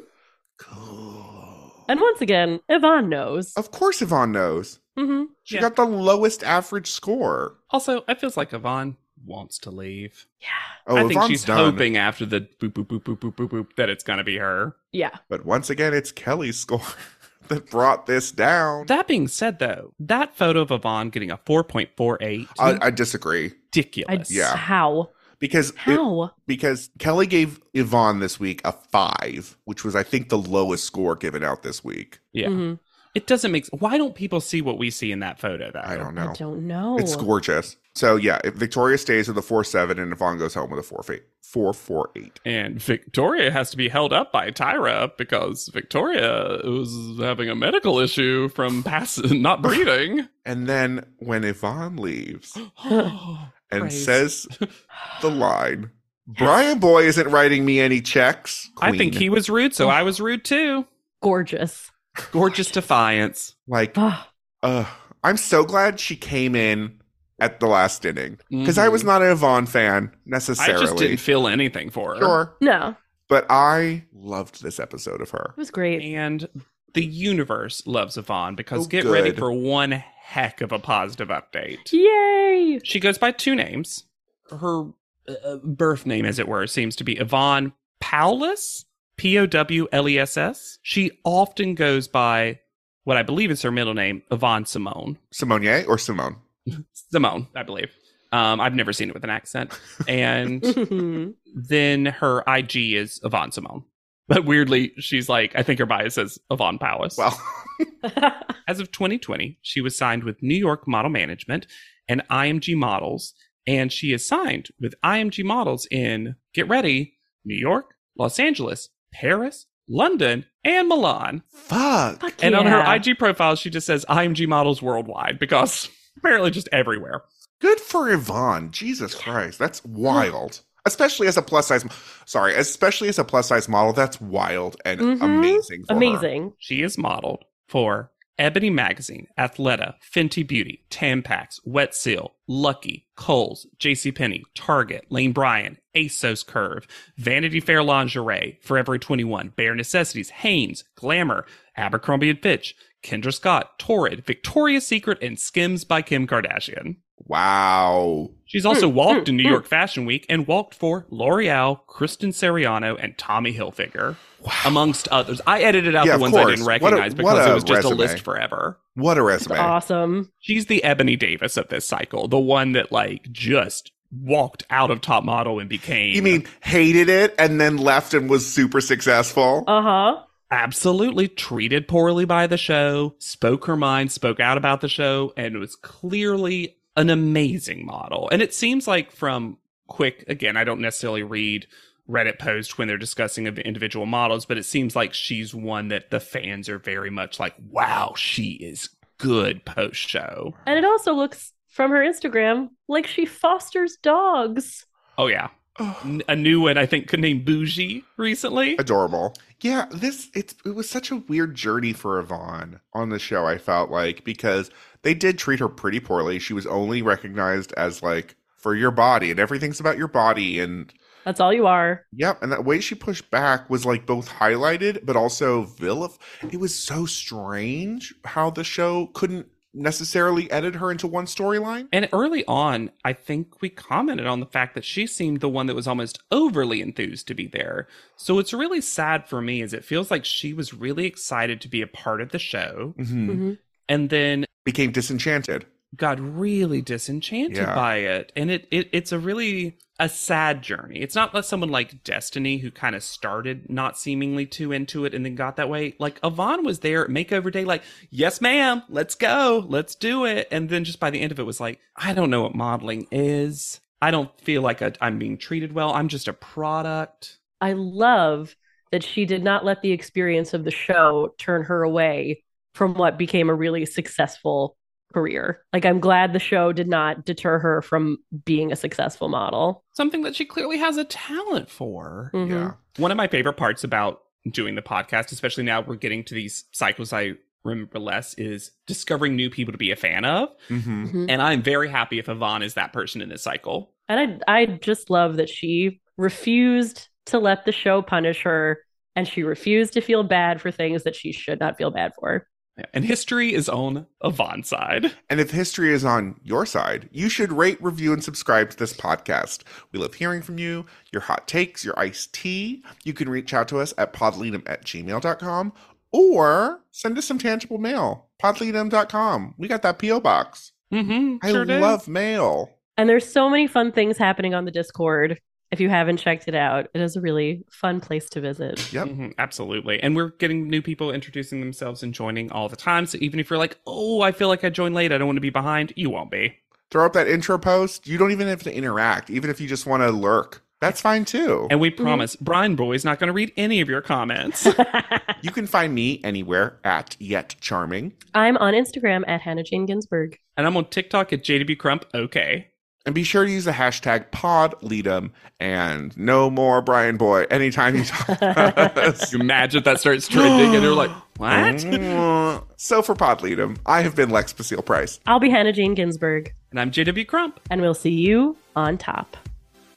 Cool.
And once again, Yvonne knows.
Of course, Yvonne knows.
hmm
She
Yeah.
got the lowest average score.
Also, it feels like Yvonne wants to leave.
Yeah.
Oh,
I think
Yvonne's
she's
done.
hoping after the boop boop boop boop boop boop boop that it's gonna be her.
Yeah.
But once again, it's Kelly's score (laughs) that brought this down.
That being said, though, that photo of Yvonne getting a four point four eight
I, I disagree
I,
ridiculous.
Yeah.
How?
because it,
How?
because Kelly gave Yvonne this week a five, which was I think the lowest score given out this week.
yeah.
Mhm.
It doesn't make. Why don't people see what we see in that photo? Though
I don't know.
I don't know.
It's
Oh.
gorgeous. So yeah, if Victoria stays with a four seven and Yvonne goes home with a four eight, four four eight.
And Victoria has to be held up by Tyra because Victoria was having a medical issue (laughs) (gasps) from pass not breathing. (gasps)
And then when Yvonne leaves, and
Praise.
says
(gasps)
the line Brian Boy isn't writing me any checks.
I think
Queen."
he was rude, so I was rude too.
Gorgeous.
Gorgeous defiance. (gasps)
like,
Ah,
uh, I'm so glad she came in at the last inning because I was
Mhm.
not a Vaughn fan
I
necessarily.
just didn't feel anything for her.
sure,
no,
but I loved this episode of her.
it was great.
And the universe loves Yvonne because
Oh,
get ready
good.
for one heck of a positive update.
Yay!
She goes by two names. Her uh, birth name, as it were, seems to be Yvonne Paulus, P O W L E S S. She often goes by what I believe is her middle name, Yvonne Simone.
Simone or Simone?
Simone, I believe. Um, I've never seen it with an accent. And
(laughs) Mhm.
then her IG is Yvonne Simone. But weirdly, she's like, I think her bio says Yvonne Powis.
Well, (laughs)
As of 2020, she was signed with New York Model Management and IMG Models, and she is signed with IMG Models in, get ready, New York, Los Angeles, Paris, London, and Milan.
fuck.
Fuck
And on
yeah.
her IG profile, she just says IMG Models Worldwide because (laughs) apparently just everywhere.
Good for Yvonne. Jesus Christ. That's wild. Especially as a plus size, sorry, especially as a plus size model, that's wild and
Mhm.
amazing. For her.
amazing.
She is modeled for Ebony Magazine, Athleta, Fenty Beauty, Tampax, Wet Seal, Lucky, Kohl's, JCPenney, Target, Lane Bryant, ASOS Curve, Vanity Fair Lingerie, Forever 21, Bare Necessities, Hanes, Glamour, Abercrombie & Fitch, Kendra Scott, Torrid, Victoria's Secret, and Skims by Kim Kardashian.
Wow.
She's also
Hmm,
walked
mm,
in New
mm.
York Fashion Week and walked for L'Oreal, Kristen Seriano, and Tommy Hilfiger, amongst others. I edited out
Yeah,
the
of
ones I
course.
didn't
What a-
recognize
what
because
a
it was just
resume.
a list forever.
What a
It's
resume.
awesome.
She's the Ebony Davis of this cycle, the one that like just walked out of Top Model and became.
You mean hated it and then left and was super successful?
Uh huh.
absolutely treated poorly by the show, spoke her mind, spoke out about the show, and was clearly an amazing model. And it seems like from quick, again, I don't necessarily read Reddit posts when they're discussing of individual models, but it seems like she's one that the fans are very much like, wow, she is good post show.
And it also looks from her Instagram like she fosters dogs.
Oh, yeah. N- A new one, I think, named Bougie recently.
Adorable. Yeah, this it's it was such a weird journey for Yvonne on the show, I felt like, because they did treat her pretty poorly. She was only recognized as like for your body and everything's about your body and
That's all you are.
Yep, and that way she pushed back was like both highlighted but also vilif. It was so strange how the show couldn't necessarily edit her into one storyline.
And early on, I think we commented on the fact that she seemed the one that was almost overly enthused to be there. So it's really sad for me is it feels like she was really excited to be a part of the show
Mhm.
Mhm.
and then
Became disenchanted.
got really disenchanted
Yeah.
by it. And it, it it's a really a sad journey. It's not like someone like Destiny who kind of started not seemingly too into it and then got that way. Like Yvonne was there at makeover day, like, yes, ma'am, let's go, let's do it. And then just by the end of it was like, I don't know what modeling is. I don't feel like i I'm being treated well. I'm just a product.
I love that she did not let the experience of the show turn her away from what became a really successful career. Like, I'm glad the show did not deter her from being a successful model.
Something that she clearly has a talent for.
Mhm.
Yeah.
One of my favorite parts about doing the podcast, especially now we're getting to these cycles I remember less, is discovering new people to be a fan of.
Mhm.
Mhm.
And I'm very happy if Yvonne is that person in this cycle.
And I, I just love that she refused to let the show punish her and she refused to feel bad for things that she should not feel bad for.
Yeah. And history is on Yvonne's side.
And if history is on your side, you should rate, review, and subscribe to this podcast. We love hearing from you, your hot takes, your iced tea. You can reach out to us at podlinum at gmail.com or send us some tangible mail, podlinum.com. We got that P.O. box.
Mm-hmm.
I love mail.
And there's so many fun things happening on the Discord. If you haven't checked it out, it is a really fun place to visit. (laughs)
Yep.
Mm-hmm. absolutely. And we're getting new people introducing themselves and joining all the time. So even if you're like, oh, I feel like I joined late, I don't want to be behind, you won't be.
Throw up that intro post. You don't even have to interact, even if you just want to lurk. That's fine too.
And we promise Brian Boy's not going to read any of
(laughs)
your comments.
You can find me anywhere at Yet Charming.
I'm on Instagram at Hannah Jane Ginsburg.
and I'm on TikTok at JDB Crump. Okay.
And be sure to use the hashtag podleadum and no more Brian Boy anytime you talk about us. (laughs)
Imagine if that starts trending and they're like, what?
so for podleadum, I have been Lex Basile Price.
I'll be Hannah Jane Ginsburg,
And I'm JW Crump.
and we'll see you on top.